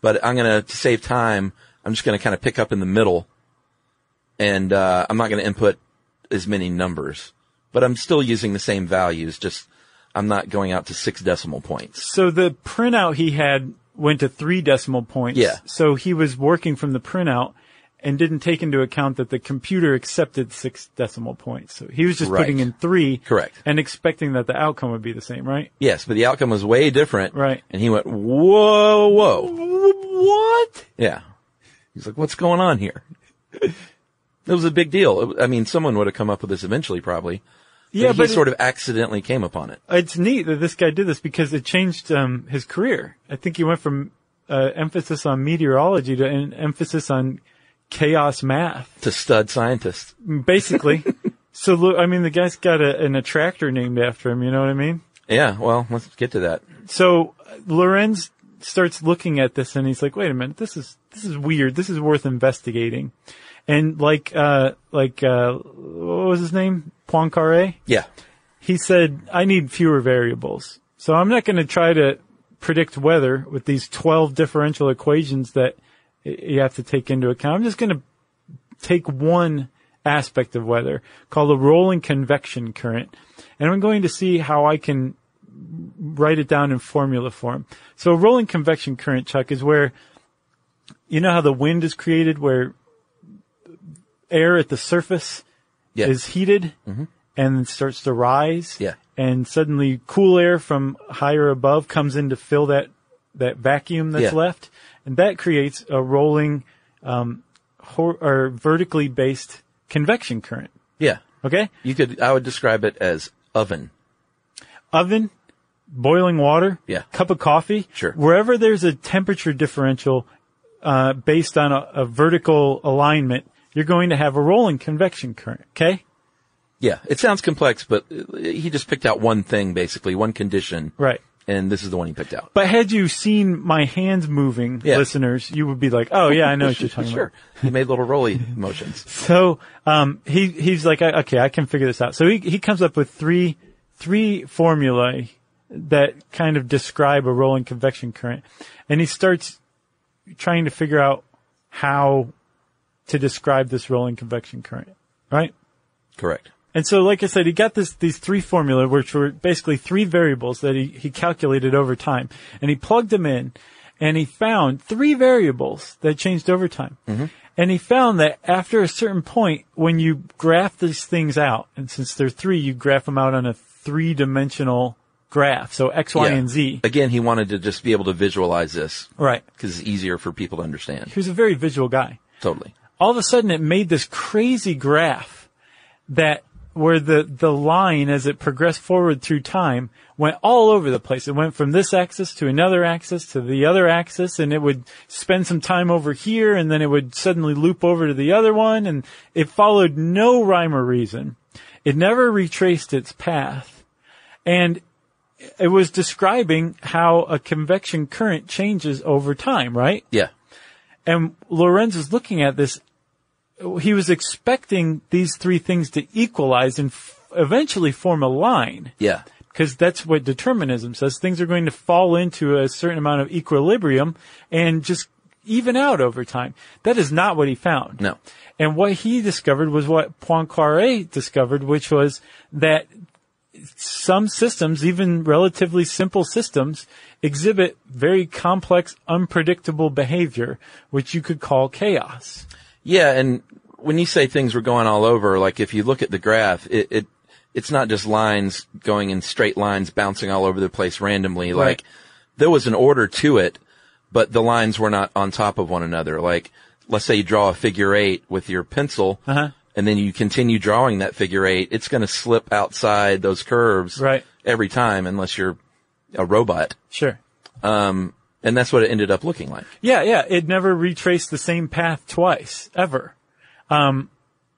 Speaker 4: but I'm going to, to save time, I'm just going to kind of pick up in the middle and, uh, I'm not going to input as many numbers, but I'm still using the same values, just I'm not going out to six decimal points.
Speaker 2: So the printout he had went to three decimal points.
Speaker 4: Yeah.
Speaker 2: So he was working from the printout and didn't take into account that the computer accepted six decimal points. So he was just
Speaker 4: Right.
Speaker 2: putting in three.
Speaker 4: Correct.
Speaker 2: And expecting that the outcome would be the same, right?
Speaker 4: Yes, but the outcome was way different.
Speaker 2: Right.
Speaker 4: And he went, whoa, whoa.
Speaker 2: What?
Speaker 4: Yeah. He's like, what's going on here? It was a big deal. It- I mean, someone would have come up with this eventually, probably.
Speaker 2: Yeah,
Speaker 4: he
Speaker 2: but
Speaker 4: sort of accidentally came upon it.
Speaker 2: it's neat that this guy did this because it changed um, his career. I think he went from uh, emphasis on meteorology to an emphasis on chaos math.
Speaker 4: To stud scientists.
Speaker 2: basically. so look, I mean, the guy's got a, an attractor named after him. You know what I mean?
Speaker 4: Yeah, well, let's get to that.
Speaker 2: So uh, Lorenz starts looking at this and he's like, wait a minute, this is, this is weird. This is worth investigating. And like, uh, like, uh, what was his name? Poincaré?
Speaker 4: Yeah.
Speaker 2: He said, I need fewer variables. So I'm not going to try to predict weather with these 12 differential equations that y- you have to take into account. I'm just going to take one aspect of weather called the rolling convection current. And I'm going to see how I can write it down in formula form. So a rolling convection current, Chuck, is where you know how the wind is created where air at the surface
Speaker 4: Yeah. Mm-hmm.
Speaker 2: is heated and then starts to rise.
Speaker 4: Yeah.
Speaker 2: And suddenly cool air from higher above comes in to fill that, that vacuum that's
Speaker 4: Yeah.
Speaker 2: left. And that creates a rolling, um, hor- or vertically based convection current.
Speaker 4: yeah.
Speaker 2: Okay.
Speaker 4: You could, I would describe it as oven.
Speaker 2: Oven, boiling water,
Speaker 4: Yeah.
Speaker 2: cup of coffee.
Speaker 4: Sure.
Speaker 2: Wherever there's a temperature differential, uh, based on a, a vertical alignment, you're going to have a rolling convection current. Okay.
Speaker 4: Yeah. It sounds complex, but uh, he just picked out one thing, basically, one condition.
Speaker 2: Right.
Speaker 4: And this is the one he picked out.
Speaker 2: But had you seen my hands moving,
Speaker 4: Yeah.
Speaker 2: listeners, you would be like, "Oh yeah, I know what you're talking
Speaker 4: sure.
Speaker 2: about."
Speaker 4: He made little rolly motions.
Speaker 2: So um, he he's like, "I- "Okay, I can figure this out." So he he comes up with three three formulae that kind of describe a rolling convection current, and he starts trying to figure out how to describe this rolling convection current, right?
Speaker 4: Correct.
Speaker 2: And so, like I said, he got this, these three formula, which were basically three variables that he, he calculated over time. And he plugged them in and he found three variables that changed over time. And he found that after a certain point, when you graph these things out, and since they're three, you graph them out on a three dimensional graph. So X, Y,
Speaker 4: Yeah.
Speaker 2: and Z.
Speaker 4: Again, he wanted to just be able to visualize this
Speaker 2: Right.
Speaker 4: because it's easier for people to understand.
Speaker 2: He was a very visual guy.
Speaker 4: Totally.
Speaker 2: all of a sudden it made this crazy graph that where the, the line as it progressed forward through time went all over the place. It went from this axis to another axis to the other axis and it would spend some time over here and then it would suddenly loop over to the other one and it followed no rhyme or reason. It never retraced its path and it was describing how a convection current changes over time, right?
Speaker 4: Yeah.
Speaker 2: And Lorenz is looking at this. He was expecting these three things to equalize and f- eventually form a line
Speaker 4: Yeah.
Speaker 2: because that's what determinism says. Things are going to fall into a certain amount of equilibrium and just even out over time. That is not what he found.
Speaker 4: No.
Speaker 2: And what he discovered was what Poincaré discovered, which was that some systems, even relatively simple systems, exhibit very complex, unpredictable behavior, which you could call chaos.
Speaker 4: Yeah. And when you say things were going all over, like if you look at the graph, it, it it's not just lines going in straight lines bouncing all over the place randomly.
Speaker 2: Right.
Speaker 4: Like there was an order to it, but the lines were not on top of one another. Like let's say you draw a figure eight with your pencil.
Speaker 2: Uh-huh.
Speaker 4: And then you continue drawing that figure eight. It's going to slip outside those curves
Speaker 2: Right.
Speaker 4: every time unless you're a robot.
Speaker 2: Sure.
Speaker 4: And that's what it ended up looking like.
Speaker 2: Yeah, yeah. It never retraced the same path twice, ever. Um,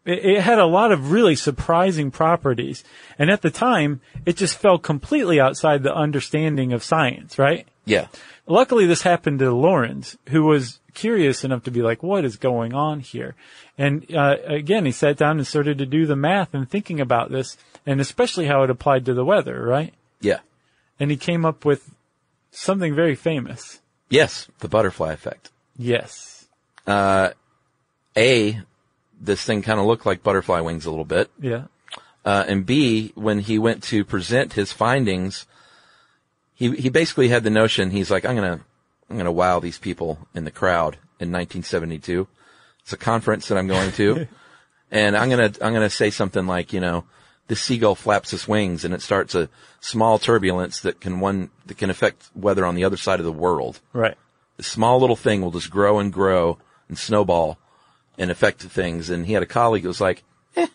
Speaker 2: it, it had a lot of really surprising properties. And at the time, it just fell completely outside the understanding of science, right?
Speaker 4: Yeah.
Speaker 2: Luckily, this happened to Lawrence, who was curious enough to be like, what is going on here? And uh, again, he sat down and started to do the math and thinking about this, and especially how it applied to the weather, right?
Speaker 4: Yeah.
Speaker 2: And he came up with something very famous.
Speaker 4: Yes, the butterfly effect.
Speaker 2: Yes.
Speaker 4: A, this thing kind of looked like butterfly wings a little bit.
Speaker 2: Yeah.
Speaker 4: Uh, and B, when he went to present his findings, he, he basically had the notion, he's like, I'm going to, I'm going to wow these people in the crowd in 1972. It's a conference that I'm going to. and I'm going to, I'm going to say something like, you know, the seagull flaps its wings and it starts a small turbulence that can one, that can affect weather on the other side of the world
Speaker 2: Right.
Speaker 4: the small little thing will just grow and grow and snowball and affect things. And he had a colleague that was like, eh,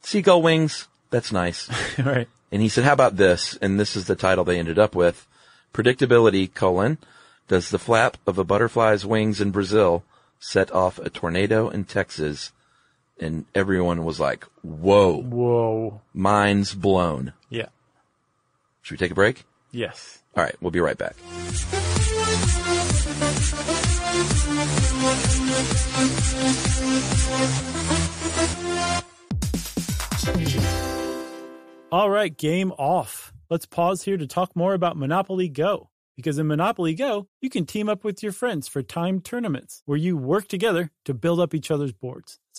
Speaker 4: seagull wings, that's nice.
Speaker 2: right.
Speaker 4: and he said, how about this? And this is the title they ended up with. Predictability, colon, does the flap of a butterfly's wings in Brazil set off a tornado in Texas? And everyone was like, whoa,
Speaker 2: Whoa.
Speaker 4: mind's blown.
Speaker 2: Yeah.
Speaker 4: Should we take a break?
Speaker 2: Yes.
Speaker 4: All right, we'll be right back.
Speaker 2: All right, game off. Let's pause here to talk more about Monopoly Go. Because in Monopoly Go, you can team up with your friends for timed tournaments where you work together to build up each other's boards. It's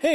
Speaker 2: Hey,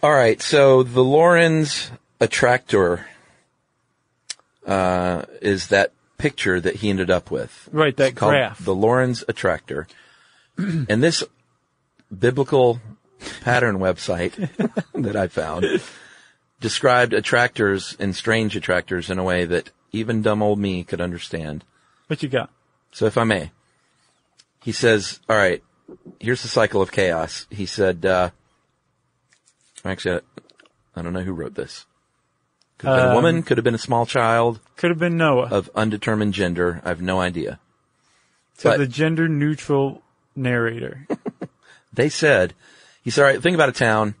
Speaker 4: All right, so the Lorenz attractor uh, is that picture that he ended up with.
Speaker 2: Right, that
Speaker 4: It's called
Speaker 2: graph.
Speaker 4: The Lorenz attractor. and this biblical pattern website that I found described attractors and strange attractors in a way that even dumb old me could understand.
Speaker 2: What you got?
Speaker 4: So if I may, he says, all right, here's the cycle of chaos. He said, uh, actually, I don't know who wrote this. Could have been a woman, could have been a small child
Speaker 2: Could have been Noah.
Speaker 4: of undetermined gender. I have no idea.
Speaker 2: so
Speaker 4: but-
Speaker 2: the gender neutral narrator.
Speaker 4: They said, he said, all right, think about a town,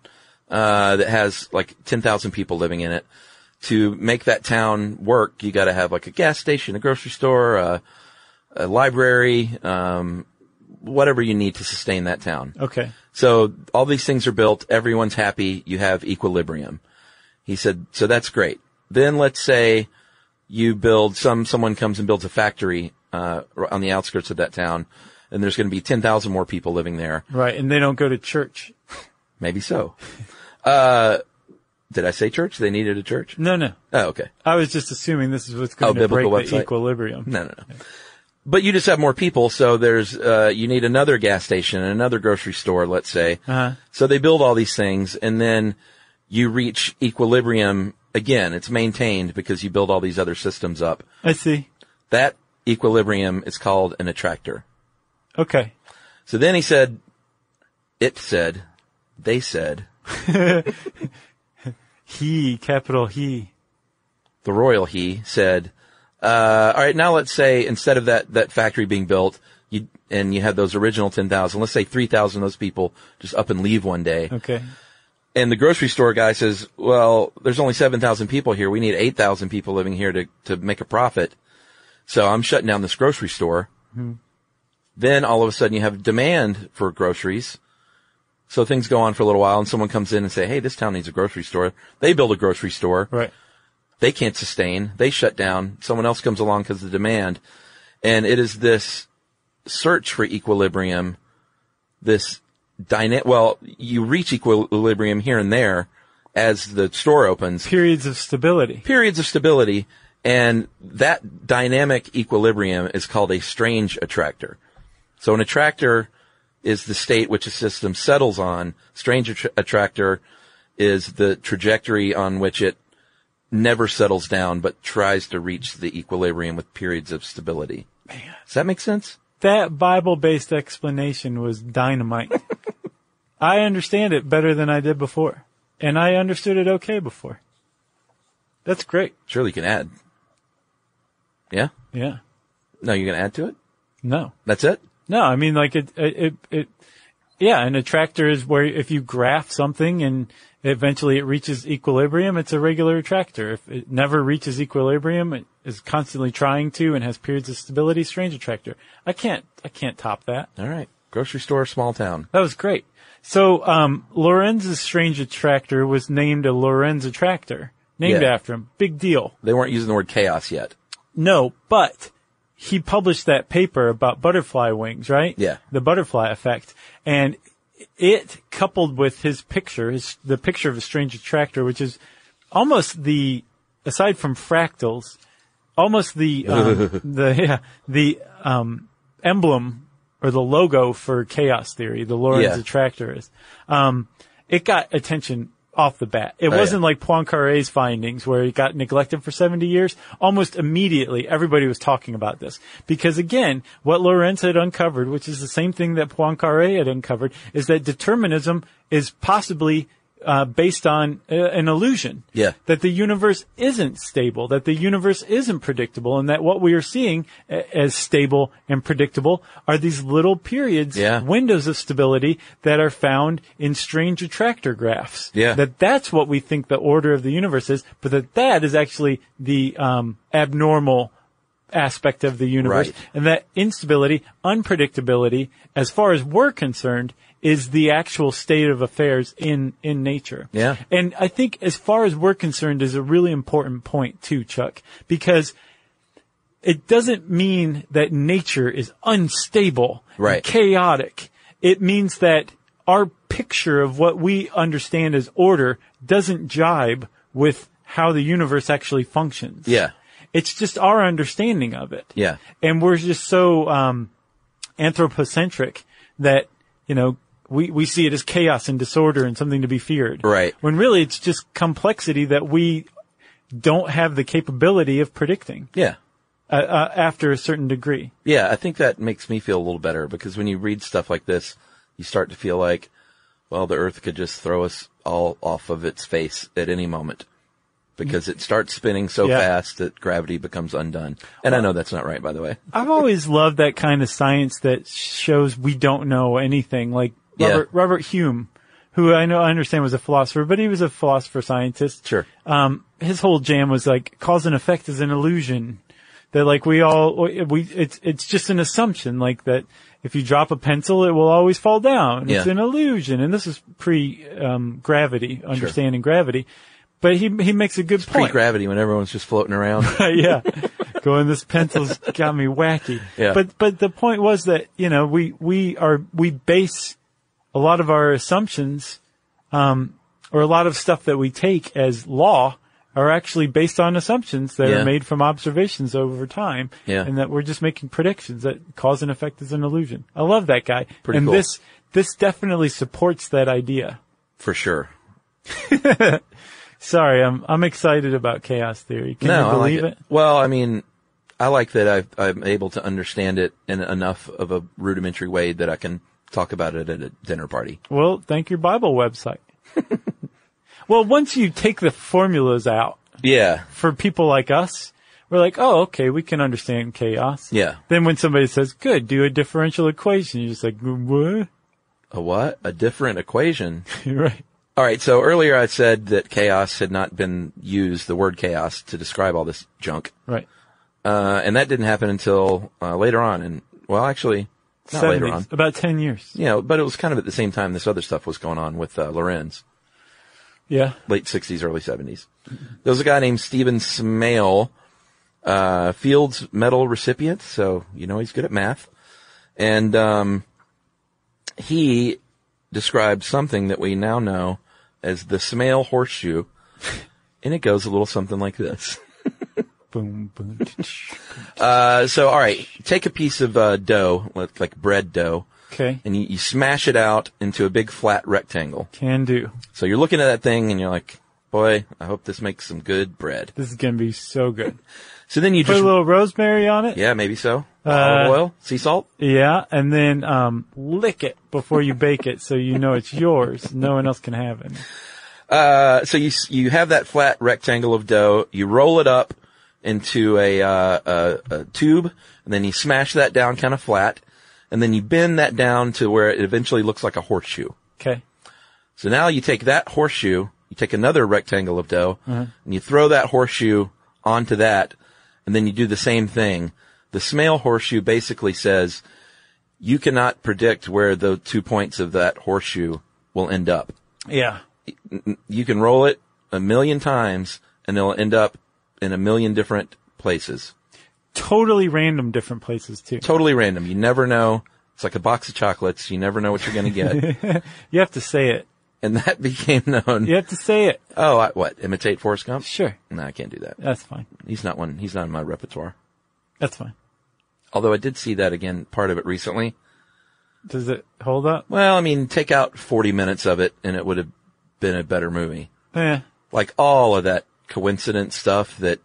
Speaker 4: uh, that has like 10,000 people living in it. To make that town work, you gotta have like a gas station, a grocery store, a, a library, um, whatever you need to sustain that town.
Speaker 2: Okay.
Speaker 4: So all these things are built. Everyone's happy. You have equilibrium. He said, so that's great. Then let's say you build some, someone comes and builds a factory, uh, r- on the outskirts of that town and there's going to be 10,000 more people living there.
Speaker 2: Right. And they don't go to church.
Speaker 4: Maybe so. Uh, did I say church? They needed a church?
Speaker 2: No, no.
Speaker 4: Oh, okay.
Speaker 2: I was just assuming this is what's going
Speaker 4: Oh,
Speaker 2: to break
Speaker 4: biblical
Speaker 2: the
Speaker 4: website.
Speaker 2: equilibrium.
Speaker 4: No, no, no. But you just have more people, so there's uh, you need another gas station and another grocery store, let's say.
Speaker 2: Uh-huh.
Speaker 4: So they build all these things, and then you reach equilibrium again. It's maintained because you build all these other systems up.
Speaker 2: I see.
Speaker 4: That equilibrium is called an attractor.
Speaker 2: Okay.
Speaker 4: So then he said, "It said, they said."
Speaker 2: He, capital he.
Speaker 4: the royal he said, uh, all right, now let's say instead of that, that factory being built, you, and you had those original 10,000, let's say 3,000 of those people just up and leave one day.
Speaker 2: Okay.
Speaker 4: And the grocery store guy says, well, there's only 7,000 people here. We need 8,000 people living here to, to make a profit. So I'm shutting down this grocery store. Then all of a sudden you have demand for groceries. So things go on for a little while and someone comes in and say, Hey, this town needs a grocery store. They build a grocery store
Speaker 2: Right.
Speaker 4: they can't sustain. They shut down. Someone else comes along because of the demand. And it is this search for equilibrium, this dyna well, you reach equilibrium here and there as the store opens,
Speaker 2: Periods of stability.
Speaker 4: periods of stability. And that dynamic equilibrium is called a strange attractor. So an attractor is the state which a system settles on. Strange attr attractor is the trajectory on which it never settles down, but tries to reach the equilibrium with periods of stability. Does that make sense?
Speaker 2: That Bible based explanation was dynamite. I understand it better than I did before. And I understood it okay before. That's great.
Speaker 4: Surely you can add. Yeah?
Speaker 2: Yeah.
Speaker 4: No, you're going to add to it?
Speaker 2: No.
Speaker 4: That's it?
Speaker 2: No, I mean like it, it, it, it yeah, an attractor is where if you graph something and eventually it reaches equilibrium, it's a regular attractor. If it never reaches equilibrium, it is constantly trying to and has periods of stability, strange attractor. I can't, I can't top that.
Speaker 4: All right. Grocery store, small town.
Speaker 2: That was great. So, um, Lorenz's strange attractor was named a Lorenz attractor, named
Speaker 4: Yeah.
Speaker 2: after him. Big deal.
Speaker 4: They weren't using the word chaos yet.
Speaker 2: No, but he published that paper about butterfly wings, right?
Speaker 4: Yeah.
Speaker 2: The butterfly effect. And it coupled with his picture, his, the picture of a strange attractor, which is almost the, aside from fractals, almost the, um, the, yeah, the, um, emblem or the logo for chaos theory, the Lorentz
Speaker 4: Yeah.
Speaker 2: attractor is. Um, it got attention off the bat. It
Speaker 4: Oh, yeah.
Speaker 2: wasn't like Poincaré's findings where it got neglected for 70 years. Almost immediately, everybody was talking about this. Because again, what Lorentz had uncovered, which is the same thing that Poincaré had uncovered, is that determinism is possibly uh, based on uh, an illusion.
Speaker 4: Yeah.
Speaker 2: That the universe isn't stable, that the universe isn't predictable, and that what we are seeing a- as stable and predictable are these little periods
Speaker 4: Yeah.
Speaker 2: windows of stability that are found in strange attractor graphs.
Speaker 4: Yeah.
Speaker 2: That that's what we think the order of the universe is, but that that is actually the um, abnormal aspect of the universe.
Speaker 4: Right.
Speaker 2: And that instability, unpredictability, as far as we're concerned, is the actual state of affairs in, in nature.
Speaker 4: Yeah.
Speaker 2: And I think as far as we're concerned is a really important point too, Chuck, because it doesn't mean that nature is unstable, and
Speaker 4: Right.
Speaker 2: chaotic. It means that our picture of what we understand as order doesn't jibe with how the universe actually functions.
Speaker 4: Yeah.
Speaker 2: It's just our understanding of it.
Speaker 4: Yeah.
Speaker 2: And we're just so um, anthropocentric that, you know, we, we see it as chaos and disorder and something to be feared.
Speaker 4: Right.
Speaker 2: When really it's just complexity that we don't have the capability of predicting
Speaker 4: Yeah.
Speaker 2: uh, uh, after a certain degree.
Speaker 4: Yeah, I think that makes me feel a little better because when you read stuff like this, you start to feel like, well, the earth could just throw us all off of its face at any moment because it starts spinning so
Speaker 2: Yeah.
Speaker 4: fast that gravity becomes undone. And I know that's not right, by the way.
Speaker 2: I've always loved that kind of science that shows we don't know anything. Like
Speaker 4: Yeah.
Speaker 2: Robert, Robert Hume, who I know I understand was a philosopher, but he was a philosopher scientist.
Speaker 4: Sure.
Speaker 2: Um, his whole jam was like cause and effect is an illusion. That like we all we it's it's just an assumption like that if you drop a pencil it will always fall down. It's
Speaker 4: Yeah.
Speaker 2: an illusion, and this is pre um, gravity understanding gravity. But he he makes a good
Speaker 4: Pre
Speaker 2: point.
Speaker 4: gravity when everyone's just floating around.
Speaker 2: yeah. Going, this pencil's got me wacky.
Speaker 4: Yeah.
Speaker 2: But, but the point was that, you know, we, we are, we base a lot of our assumptions, um, or a lot of stuff that we take as law are actually based on assumptions that
Speaker 4: Yeah.
Speaker 2: are made from observations over time.
Speaker 4: Yeah.
Speaker 2: And that we're just making predictions that cause and effect is an illusion. I love that guy.
Speaker 4: Pretty
Speaker 2: and
Speaker 4: cool.
Speaker 2: this, this definitely supports that idea.
Speaker 4: For sure.
Speaker 2: Sorry, I'm, I'm excited about chaos theory. Can
Speaker 4: no,
Speaker 2: you believe
Speaker 4: I like it. Well, I mean, I like that I've, I'm able to understand it in enough of a rudimentary way that I can talk about it at a dinner party.
Speaker 2: Well, thank your Bible website. well, once you take the formulas out,
Speaker 4: Yeah.
Speaker 2: for people like us, we're like, oh, okay, we can understand chaos.
Speaker 4: Yeah.
Speaker 2: Then when somebody says, good, do a differential equation, you're just like, what?
Speaker 4: A what? A different equation.
Speaker 2: You're right.
Speaker 4: All right. So earlier I said that chaos had not been used, the word chaos, to describe all this junk.
Speaker 2: Right.
Speaker 4: Uh, and that didn't happen until uh, later on. And well, actually, not later
Speaker 2: 70s,
Speaker 4: on.
Speaker 2: About 10 years.
Speaker 4: You know, but it was kind of at the same time this other stuff was going on with uh, Lorenz,
Speaker 2: Yeah.
Speaker 4: late 60s, early 70s. There was a guy named Stephen Smale, uh, Fields Medal recipient, so you know he's good at math. And um, he described something that we now know as the Smale horseshoe, and it goes a little something like this.
Speaker 2: Boom, boom. tch, tch.
Speaker 4: Uh, so, all right, take a piece of uh, dough, like, like bread dough,
Speaker 2: okay.
Speaker 4: and you, you smash it out into a big flat rectangle.
Speaker 2: Can do.
Speaker 4: So you're looking at that thing and you're like, boy, I hope this makes some good bread.
Speaker 2: This is going to be so good.
Speaker 4: So then you
Speaker 2: Put a
Speaker 4: just,
Speaker 2: little rosemary on it.
Speaker 4: yeah, maybe so.
Speaker 2: Uh,
Speaker 4: Olive oil, sea salt.
Speaker 2: Yeah, and then um, lick it before you bake it, so you know it's yours. No one else can have it.
Speaker 4: Uh, so you, s- you have that flat rectangle of dough, you roll it up into a, uh, a, a tube, and then you smash that down kind of flat, and then you bend that down to where it eventually looks like a horseshoe.
Speaker 2: Okay.
Speaker 4: So now you take that horseshoe, you take another rectangle of dough, and you throw that horseshoe onto that, and then you do the same thing. The Smale horseshoe basically says, you cannot predict where the two points of that horseshoe will end up.
Speaker 2: Yeah.
Speaker 4: You can roll it a million times, and it'll end up in a million different places.
Speaker 2: Totally random different places, too.
Speaker 4: Totally random. You never know. It's like a box of chocolates. You never know what you're going to get.
Speaker 2: You have to say it.
Speaker 4: and that became known.
Speaker 2: You have to say it.
Speaker 4: Oh, I, what? Imitate Forrest Gump?
Speaker 2: Sure.
Speaker 4: No, I can't do that.
Speaker 2: That's fine.
Speaker 4: He's not one. He's not in my repertoire.
Speaker 2: That's fine.
Speaker 4: Although I did see that again, part of it recently.
Speaker 2: Does it hold up?
Speaker 4: Well, I mean, take out 40 minutes of it and it would have been a better movie.
Speaker 2: Yeah.
Speaker 4: Like all of that coincidence stuff that.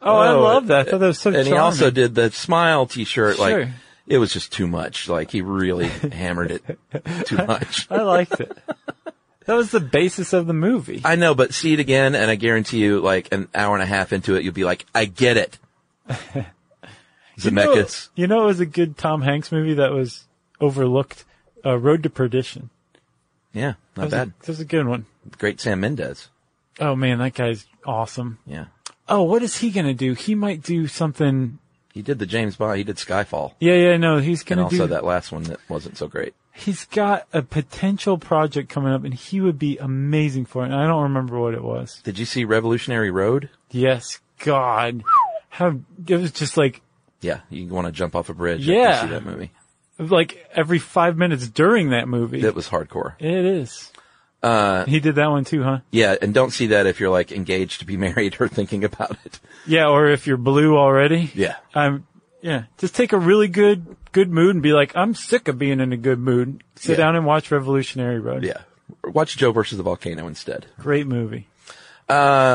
Speaker 2: Oh, I love that. I thought that was so
Speaker 4: And he
Speaker 2: charming.
Speaker 4: also did the smile t-shirt. Like
Speaker 2: Sure.
Speaker 4: it was just too much. Like he really hammered it too much.
Speaker 2: I liked it. That was the basis of the movie.
Speaker 4: I know, but see it again and I guarantee you like an hour and a half into it, you'll be like, I get it. Zemeckis.
Speaker 2: You know, it was a good Tom Hanks movie that was overlooked. Uh, Road to Perdition.
Speaker 4: Yeah,
Speaker 2: That
Speaker 4: not
Speaker 2: was, a,
Speaker 4: bad.
Speaker 2: that was a good one.
Speaker 4: Great Sam Mendes.
Speaker 2: Oh man, that guy's awesome.
Speaker 4: Yeah.
Speaker 2: Oh, what is he gonna do? He might do something.
Speaker 4: He did the James Bond. He did Skyfall,
Speaker 2: Yeah, yeah, no, he's
Speaker 4: and
Speaker 2: gonna
Speaker 4: also
Speaker 2: do.
Speaker 4: that last one that wasn't so great.
Speaker 2: He's got a potential project coming up, and he would be amazing for it. And I don't remember what it was.
Speaker 4: Did you see Revolutionary Road?
Speaker 2: Yes, God, how it was just like
Speaker 4: Yeah, you want to jump off a bridge.
Speaker 2: Yeah.
Speaker 4: after you see that movie.
Speaker 2: like every five minutes during that movie.
Speaker 4: That was hardcore.
Speaker 2: It is. Uh, he did that one too, huh?
Speaker 4: Yeah, and don't see that if you're like engaged to be married or thinking about it.
Speaker 2: Yeah, or if you're blue already.
Speaker 4: Yeah.
Speaker 2: I'm, yeah, just take a really good, good mood and be like, I'm sick of being in a good mood. Sit
Speaker 4: Yeah.
Speaker 2: down and watch Revolutionary Road.
Speaker 4: Yeah, watch Joe versus the volcano instead.
Speaker 2: Great movie.
Speaker 4: Where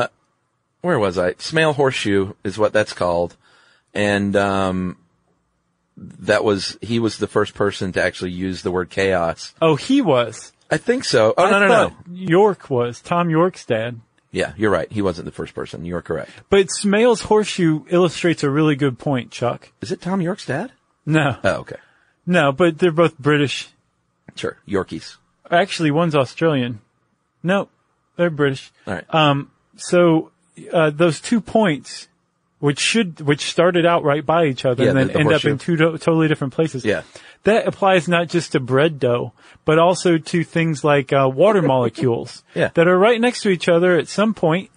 Speaker 4: was I? Smale horseshoe is what that's called, and um, that was he was the first person to actually use the word chaos.
Speaker 2: Oh, he was.
Speaker 4: I think so. Oh no
Speaker 2: I
Speaker 4: no no.
Speaker 2: thought York was. Tom York's dad.
Speaker 4: Yeah, you're right. He wasn't the first person. You're correct.
Speaker 2: But Smale's horseshoe illustrates a really good point, Chuck.
Speaker 4: Is it Tom York's dad?
Speaker 2: No,
Speaker 4: Oh, okay.
Speaker 2: no, but they're both British.
Speaker 4: Sure. Yorkies.
Speaker 2: Actually, one's Australian. No, they're British.
Speaker 4: All right.
Speaker 2: So uh, those two points, which should which started out right by each other
Speaker 4: Yeah,
Speaker 2: and
Speaker 4: the-
Speaker 2: then
Speaker 4: the
Speaker 2: end
Speaker 4: horseshoe.
Speaker 2: up in two to- totally different places.
Speaker 4: Yeah.
Speaker 2: that applies not just to bread dough, but also to things like uh, water molecules
Speaker 4: Yeah.
Speaker 2: that are right next to each other at some point,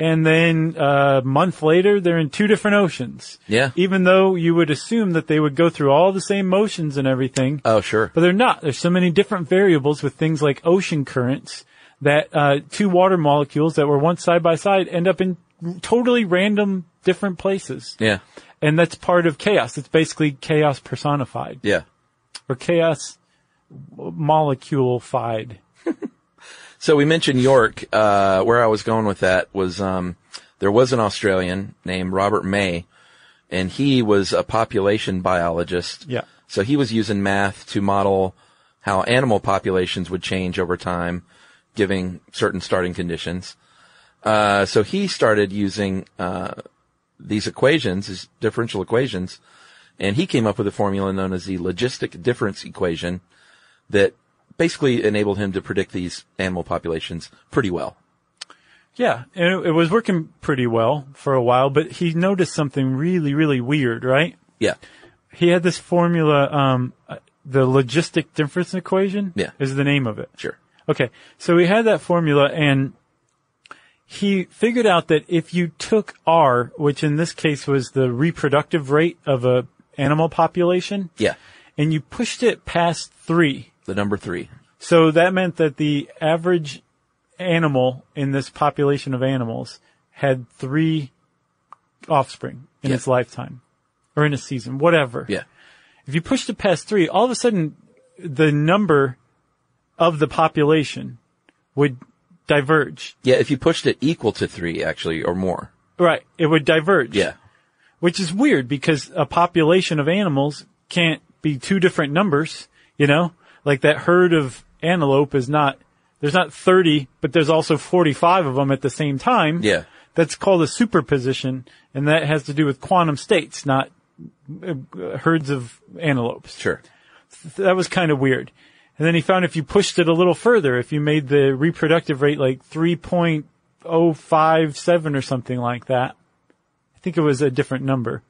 Speaker 2: and then uh, a month later they're in two different oceans.
Speaker 4: Yeah.
Speaker 2: even though you would assume that they would go through all the same motions and everything.
Speaker 4: oh, sure.
Speaker 2: But they're not. There's so many different variables with things like ocean currents that uh, two water molecules that were once side by side end up in totally random different places.
Speaker 4: Yeah.
Speaker 2: And that's part of chaos. It's basically chaos personified
Speaker 4: Yeah.
Speaker 2: or chaos moleculeified.
Speaker 4: So we mentioned York. Uh, where I was going with that was, um, there was an Australian named Robert May and he was a population biologist.
Speaker 2: Yeah.
Speaker 4: So he was using math to model how animal populations would change over time, giving certain starting conditions. Uh, so he started using uh, these equations, these differential equations, and he came up with a formula known as the logistic difference equation that basically enabled him to predict these animal populations pretty well.
Speaker 2: Yeah, and it, it was working pretty well for a while, but he noticed something really, really weird, right?
Speaker 4: Yeah.
Speaker 2: He had this formula, um, uh, the logistic difference equation
Speaker 4: Yeah.
Speaker 2: is the name of it.
Speaker 4: Sure.
Speaker 2: Okay, so he had that formula and he figured out that if you took R, which in this case was the reproductive rate of a animal population,
Speaker 4: Yeah.
Speaker 2: and you pushed it past three,
Speaker 4: The number three.
Speaker 2: so that meant that the average animal in this population of animals had three offspring in
Speaker 4: Yeah.
Speaker 2: its lifetime or in a season, whatever.
Speaker 4: Yeah.
Speaker 2: If you pushed it past three, all of a sudden the number of the population would diverge.
Speaker 4: Yeah. If you pushed it equal to three, actually, or more.
Speaker 2: Right. It would diverge.
Speaker 4: Yeah.
Speaker 2: Which is weird because a population of animals can't be two different numbers, you know? Like that herd of antelope is not, there's not 30, but there's also 45 of them at the same time.
Speaker 4: Yeah.
Speaker 2: That's called a superposition, and that has to do with quantum states, not uh, herds of antelopes.
Speaker 4: Sure.
Speaker 2: That was kind of weird. And then he found if you pushed it a little further, if you made the reproductive rate like 3.057 or something like that, I think it was a different number,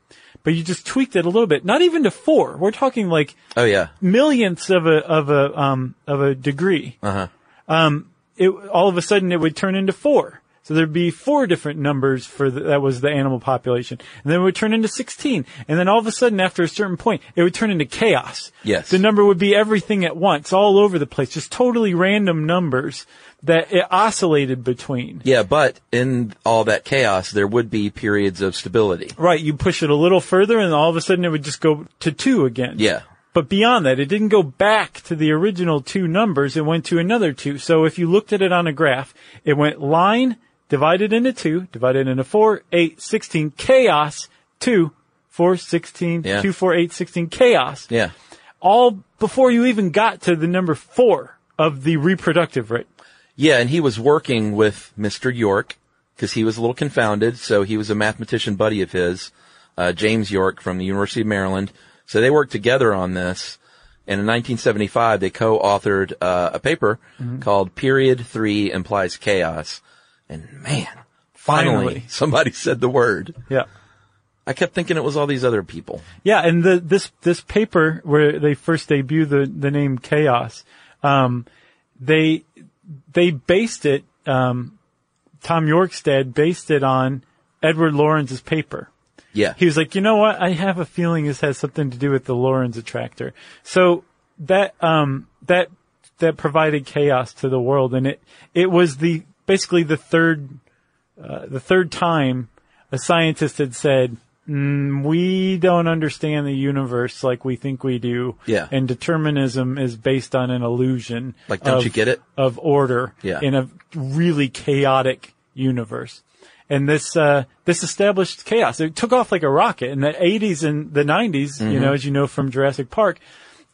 Speaker 2: but you just tweaked it a little bit, not even to four. We're talking like
Speaker 4: Oh yeah.
Speaker 2: millionths of a, of a, um, of a degree. Um,
Speaker 4: Uh huh.
Speaker 2: It, all of a sudden it would turn into four. So there'd be four different numbers for the, that was the animal population. And then it would turn into 16. And then all of a sudden after a certain point, it would turn into chaos.
Speaker 4: Yes.
Speaker 2: The number would be everything at once, all over the place, just totally random numbers that it oscillated between.
Speaker 4: Yeah, but in all that chaos, there would be periods of stability.
Speaker 2: Right. You push it a little further and all of a sudden it would just go to two again.
Speaker 4: Yeah.
Speaker 2: But beyond that, it didn't go back to the original two numbers. It went to another two. So if you looked at it on a graph, it went line divided into two, divided into four, eight, sixteen, chaos, two, four, sixteen,
Speaker 4: Yeah.
Speaker 2: two, four, eight, sixteen, chaos.
Speaker 4: Yeah.
Speaker 2: All before you even got to the number four of the reproductive rate.
Speaker 4: Yeah, and he was working with Mr. York because he was a little confounded. So he was a mathematician buddy of his, uh, James York from the University of Maryland. So they worked together on this. And in 1975, they co-authored uh, a paper
Speaker 2: Mm-hmm.
Speaker 4: called "Period Three Implies Chaos." And man, finally
Speaker 2: Finally.
Speaker 4: somebody said the word.
Speaker 2: Yeah.
Speaker 4: I kept thinking it was all these other people.
Speaker 2: Yeah, and the, this this paper where they first debuted the the name Chaos, um, they they based it. Um, Tom Yorkstead based it on Edward Lawrence's paper.
Speaker 4: Yeah,
Speaker 2: He was like, you know what? I have a feeling this has something to do with the Lawrence attractor. So that um that that provided chaos to the world, and it it was the basically the third uh, the third time a scientist had said. Mm, we don't understand the universe like we think we do.
Speaker 4: Yeah.
Speaker 2: And determinism is based on an illusion.
Speaker 4: Like, don't
Speaker 2: of-
Speaker 4: you get it?
Speaker 2: Of order.
Speaker 4: Yeah.
Speaker 2: In a really chaotic universe. And this, uh, this established chaos. It took off like a rocket in the 80s and the 90s,
Speaker 4: Mm-hmm.
Speaker 2: you know, as you know from Jurassic Park.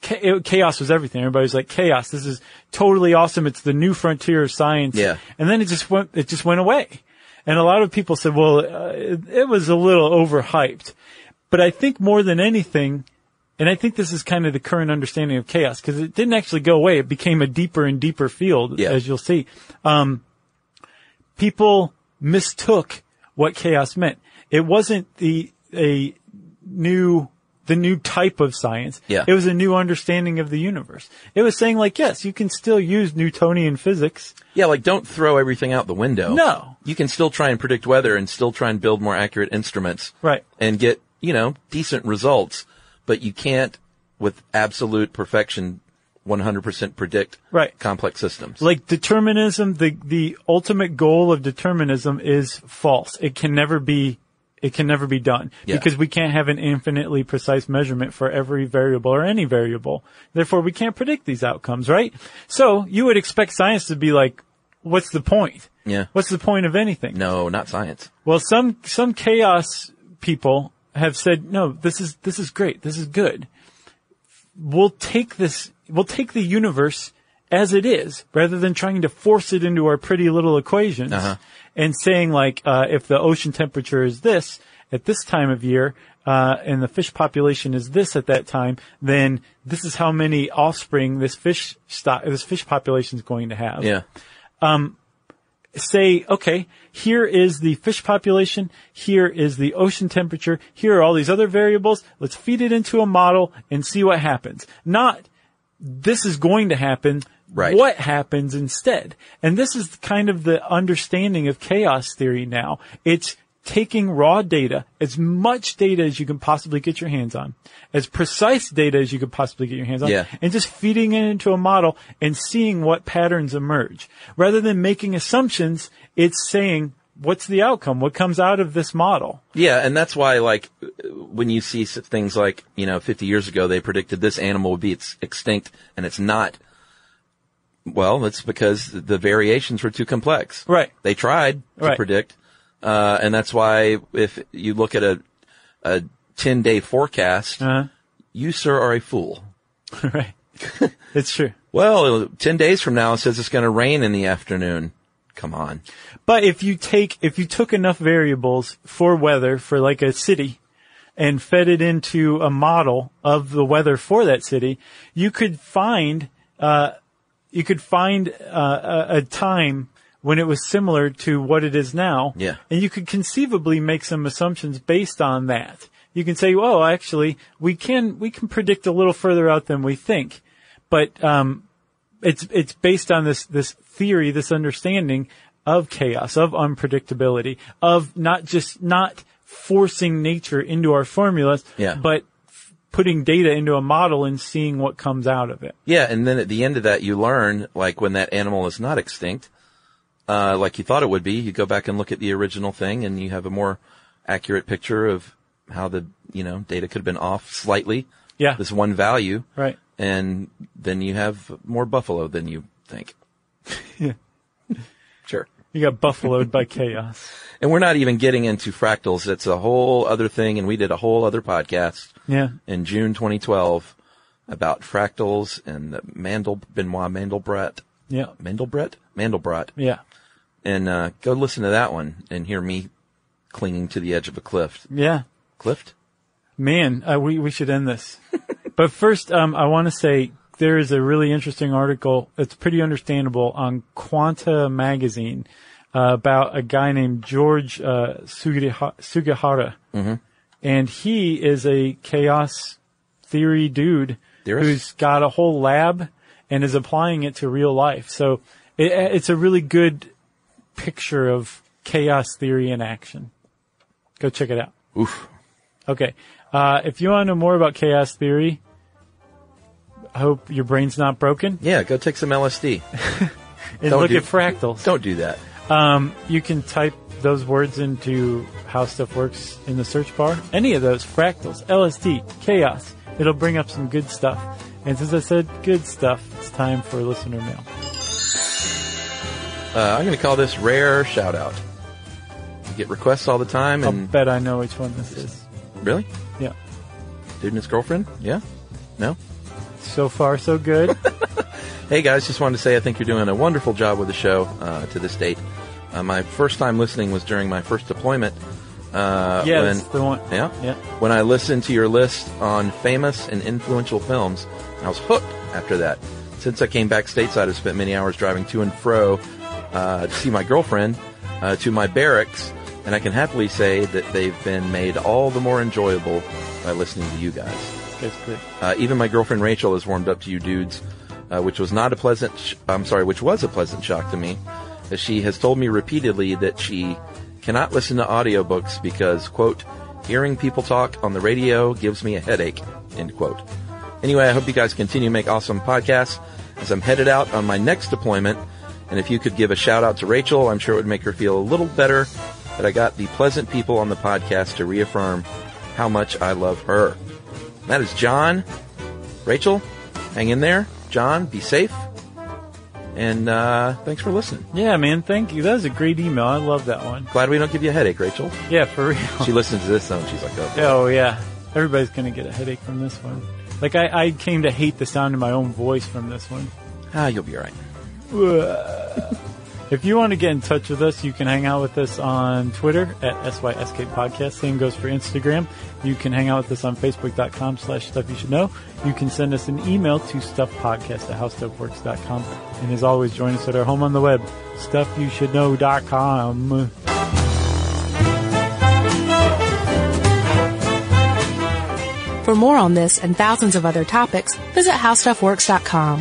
Speaker 2: Cha- it- Chaos was everything. Everybody was like, chaos. This is totally awesome. It's the new frontier of science.
Speaker 4: Yeah.
Speaker 2: And then it just went, it just went away. And a lot of people said, well, uh, it, it was a little overhyped. But I think more than anything, and I think this is kind of the current understanding of chaos because it didn't actually go away. It became a deeper and deeper field,
Speaker 4: Yeah.
Speaker 2: as you'll see. Um, people mistook what chaos meant. It wasn't the a new the new type of science.
Speaker 4: Yeah.
Speaker 2: It was a new understanding of the universe. It was saying like, yes, you can still use Newtonian physics.
Speaker 4: yeah. Like, don't throw everything out the window.
Speaker 2: No.
Speaker 4: you can still try and predict weather and still try and build more accurate instruments.
Speaker 2: Right.
Speaker 4: and get, you know, decent results, but you can't with absolute perfection 100% predict
Speaker 2: Right.
Speaker 4: complex systems.
Speaker 2: Like determinism, the the ultimate goal of determinism is false. It can never be it can never be done
Speaker 4: Yeah.
Speaker 2: because we can't have an infinitely precise measurement for every variable or any variable. Therefore, we can't predict these outcomes, right? So, you would expect science to be like what's the point?
Speaker 4: Yeah.
Speaker 2: What's the point of anything?
Speaker 4: No, not science.
Speaker 2: Well, some some chaos people have said, "No, this is this is great. This is good. We'll take this. We'll take the universe as it is rather than trying to force it into our pretty little equations and saying like, uh, if the ocean temperature is this at this time of year, uh, and the fish population is this at that time, then this is how many offspring this fish stock, this fish population is going to have
Speaker 4: Yeah.
Speaker 2: say, okay, here is the fish population, here is the ocean temperature, here are all these other variables. Let's feed it into a model and see what happens. Not this is going to happen.
Speaker 4: Right.
Speaker 2: What happens instead? And this is kind of the understanding of chaos theory now. It's taking raw data, as much data as you can possibly get your hands on, as precise data as you could possibly get your hands on,
Speaker 4: Yeah.
Speaker 2: and just feeding it into a model and seeing what patterns emerge. Rather than making assumptions, it's saying, what's the outcome? What comes out of this model?
Speaker 4: Yeah, and that's why, like, when you see s- things like, you know, 50 years ago, they predicted this animal would be ex- extinct, and it's not. Well, it's because the variations were too complex.
Speaker 2: Right.
Speaker 4: They tried to
Speaker 2: Right.
Speaker 4: predict, uh, and that's why if you look at a a 10 day forecast,
Speaker 2: Uh,
Speaker 4: you sir are a fool.
Speaker 2: right. it's true.
Speaker 4: Well, 10 days from now, it says it's going to rain in the afternoon. Come on.
Speaker 2: But if you take, if you took enough variables for weather for like a city and fed it into a model of the weather for that city, you could find, uh, you could find uh, a, a time when it was similar to what it is now.
Speaker 4: Yeah.
Speaker 2: And you could conceivably make some assumptions based on that. You can say, well, actually, we can, we can predict a little further out than we think. But, um, it's it's based on this this theory, this understanding of chaos, of unpredictability, of not just not forcing nature into our formulas,
Speaker 4: Yeah.
Speaker 2: but f- putting data into a model and seeing what comes out of it.
Speaker 4: Yeah, and then at the end of that, you learn, like, when that animal is not extinct, uh, like you thought it would be, you go back and look at the original thing and you have a more accurate picture of how the, you know, data could have been off slightly.
Speaker 2: Yeah.
Speaker 4: This one value.
Speaker 2: Right.
Speaker 4: And then you have more buffalo than you think. Sure.
Speaker 2: You got buffaloed by chaos.
Speaker 4: And we're not even getting into fractals. That's a whole other thing. And we did a whole other podcast
Speaker 2: Yeah.
Speaker 4: in June 2012 about fractals and the Mandel, Benoit Mandelbrot,
Speaker 2: Yeah.
Speaker 4: Mandelbrot, Mandelbrot.
Speaker 2: Yeah.
Speaker 4: And, uh, go listen to that one and hear me clinging to the edge of a cliff.
Speaker 2: Yeah.
Speaker 4: Cliff?
Speaker 2: Man, uh, we we should end this. but first, um, I want to say there is a really interesting article. It's pretty understandable on Quanta magazine uh, about a guy named George uh, Sugiha- Sugihara, and he is a chaos theory dude
Speaker 4: Theorist?
Speaker 2: who's got a whole lab and is applying it to real life. So it, uh, it's a really good picture of chaos theory in action. Go check it out.
Speaker 4: Oof.
Speaker 2: Okay. Uh, if you want to know more about chaos theory, I hope your brain's not broken.
Speaker 4: Yeah, go take some LSD.
Speaker 2: And
Speaker 4: Don't
Speaker 2: look
Speaker 4: do-
Speaker 2: at fractals.
Speaker 4: Don't do that.
Speaker 2: Um, you can type those words into how stuff works in the search bar. Any of those fractals, LSD, chaos. It'll bring up some good stuff. And since I said good stuff, it's time for listener mail.
Speaker 4: Uh, I'm going to call this rare shout out. We get requests all the time
Speaker 2: I'll
Speaker 4: and
Speaker 2: bet I know which one this is.
Speaker 4: really?
Speaker 2: Yeah.
Speaker 4: Dude and his girlfriend? Yeah? No?
Speaker 2: So far, so good.
Speaker 4: Hey guys, just wanted to say I think you're doing a wonderful job with the show uh, to this date. Uh, my first time listening was during my first deployment. Uh,
Speaker 2: yeah,
Speaker 4: when,
Speaker 2: that's the one.
Speaker 4: yeah,
Speaker 2: Yeah.
Speaker 4: When I listened to your list on famous and influential films, I was hooked after that. Since I came back stateside, I've spent many hours driving to and fro uh, to see my girlfriend, uh, to my barracks, and I can happily say that they've been made all the more enjoyable by listening to you guys.
Speaker 2: That's great.
Speaker 4: Uh, even my girlfriend Rachel has warmed up to you dudes, uh, which was not a pleasant. Sh- I'm sorry, which was a pleasant shock to me, as she has told me repeatedly that she cannot listen to audiobooks because quote, hearing people talk on the radio gives me a headache. End quote. Anyway, I hope you guys continue to make awesome podcasts as I'm headed out on my next deployment. And if you could give a shout out to Rachel, I'm sure it would make her feel a little better that I got the pleasant people on the podcast to reaffirm how much I love her. That is John. Rachel, hang in there. John, be safe. And uh, thanks for listening.
Speaker 2: Yeah, man. Thank you. That was a great email. I love that one.
Speaker 4: Glad we don't give you a headache, Rachel.
Speaker 2: Yeah, for real.
Speaker 4: She listens to this though, and she's like, oh.
Speaker 2: Oh yeah, everybody's gonna get a headache from this one. Like I, I came to hate the sound of my own voice from this one.
Speaker 4: Ah, you'll be all right.
Speaker 2: If you want to get in touch with us, you can hang out with us on Twitter at SYSK Podcast. Same goes for Instagram. You can hang out with us on Facebook.com slash Stuff You Should Know. You can send us an email to StuffPodcast at HowStuffWorks.com. And as always, join us at our home on the web, StuffYouShouldKnow.com.
Speaker 3: For more on this and thousands of other topics, visit howstuffworks.com.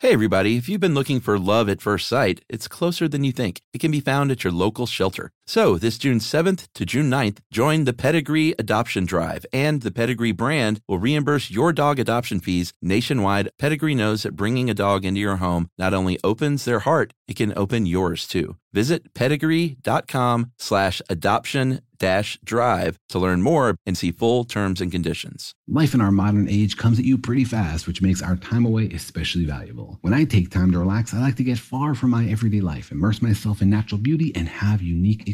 Speaker 4: Hey, everybody. If you've been looking for love at first sight, it's closer than you think. It can be found at your local shelter. So, this June 7th to June 9th, join the Pedigree Adoption Drive, and the Pedigree brand will reimburse your dog adoption fees nationwide. Pedigree knows that bringing a dog into your home not only opens their heart, it can open yours too. Visit pedigree.com slash adoption dash drive to learn more and see full terms and conditions.
Speaker 5: Life in our modern age comes at you pretty fast, which makes our time away especially valuable. When I take time to relax, I like to get far from my everyday life, immerse myself in natural beauty, and have unique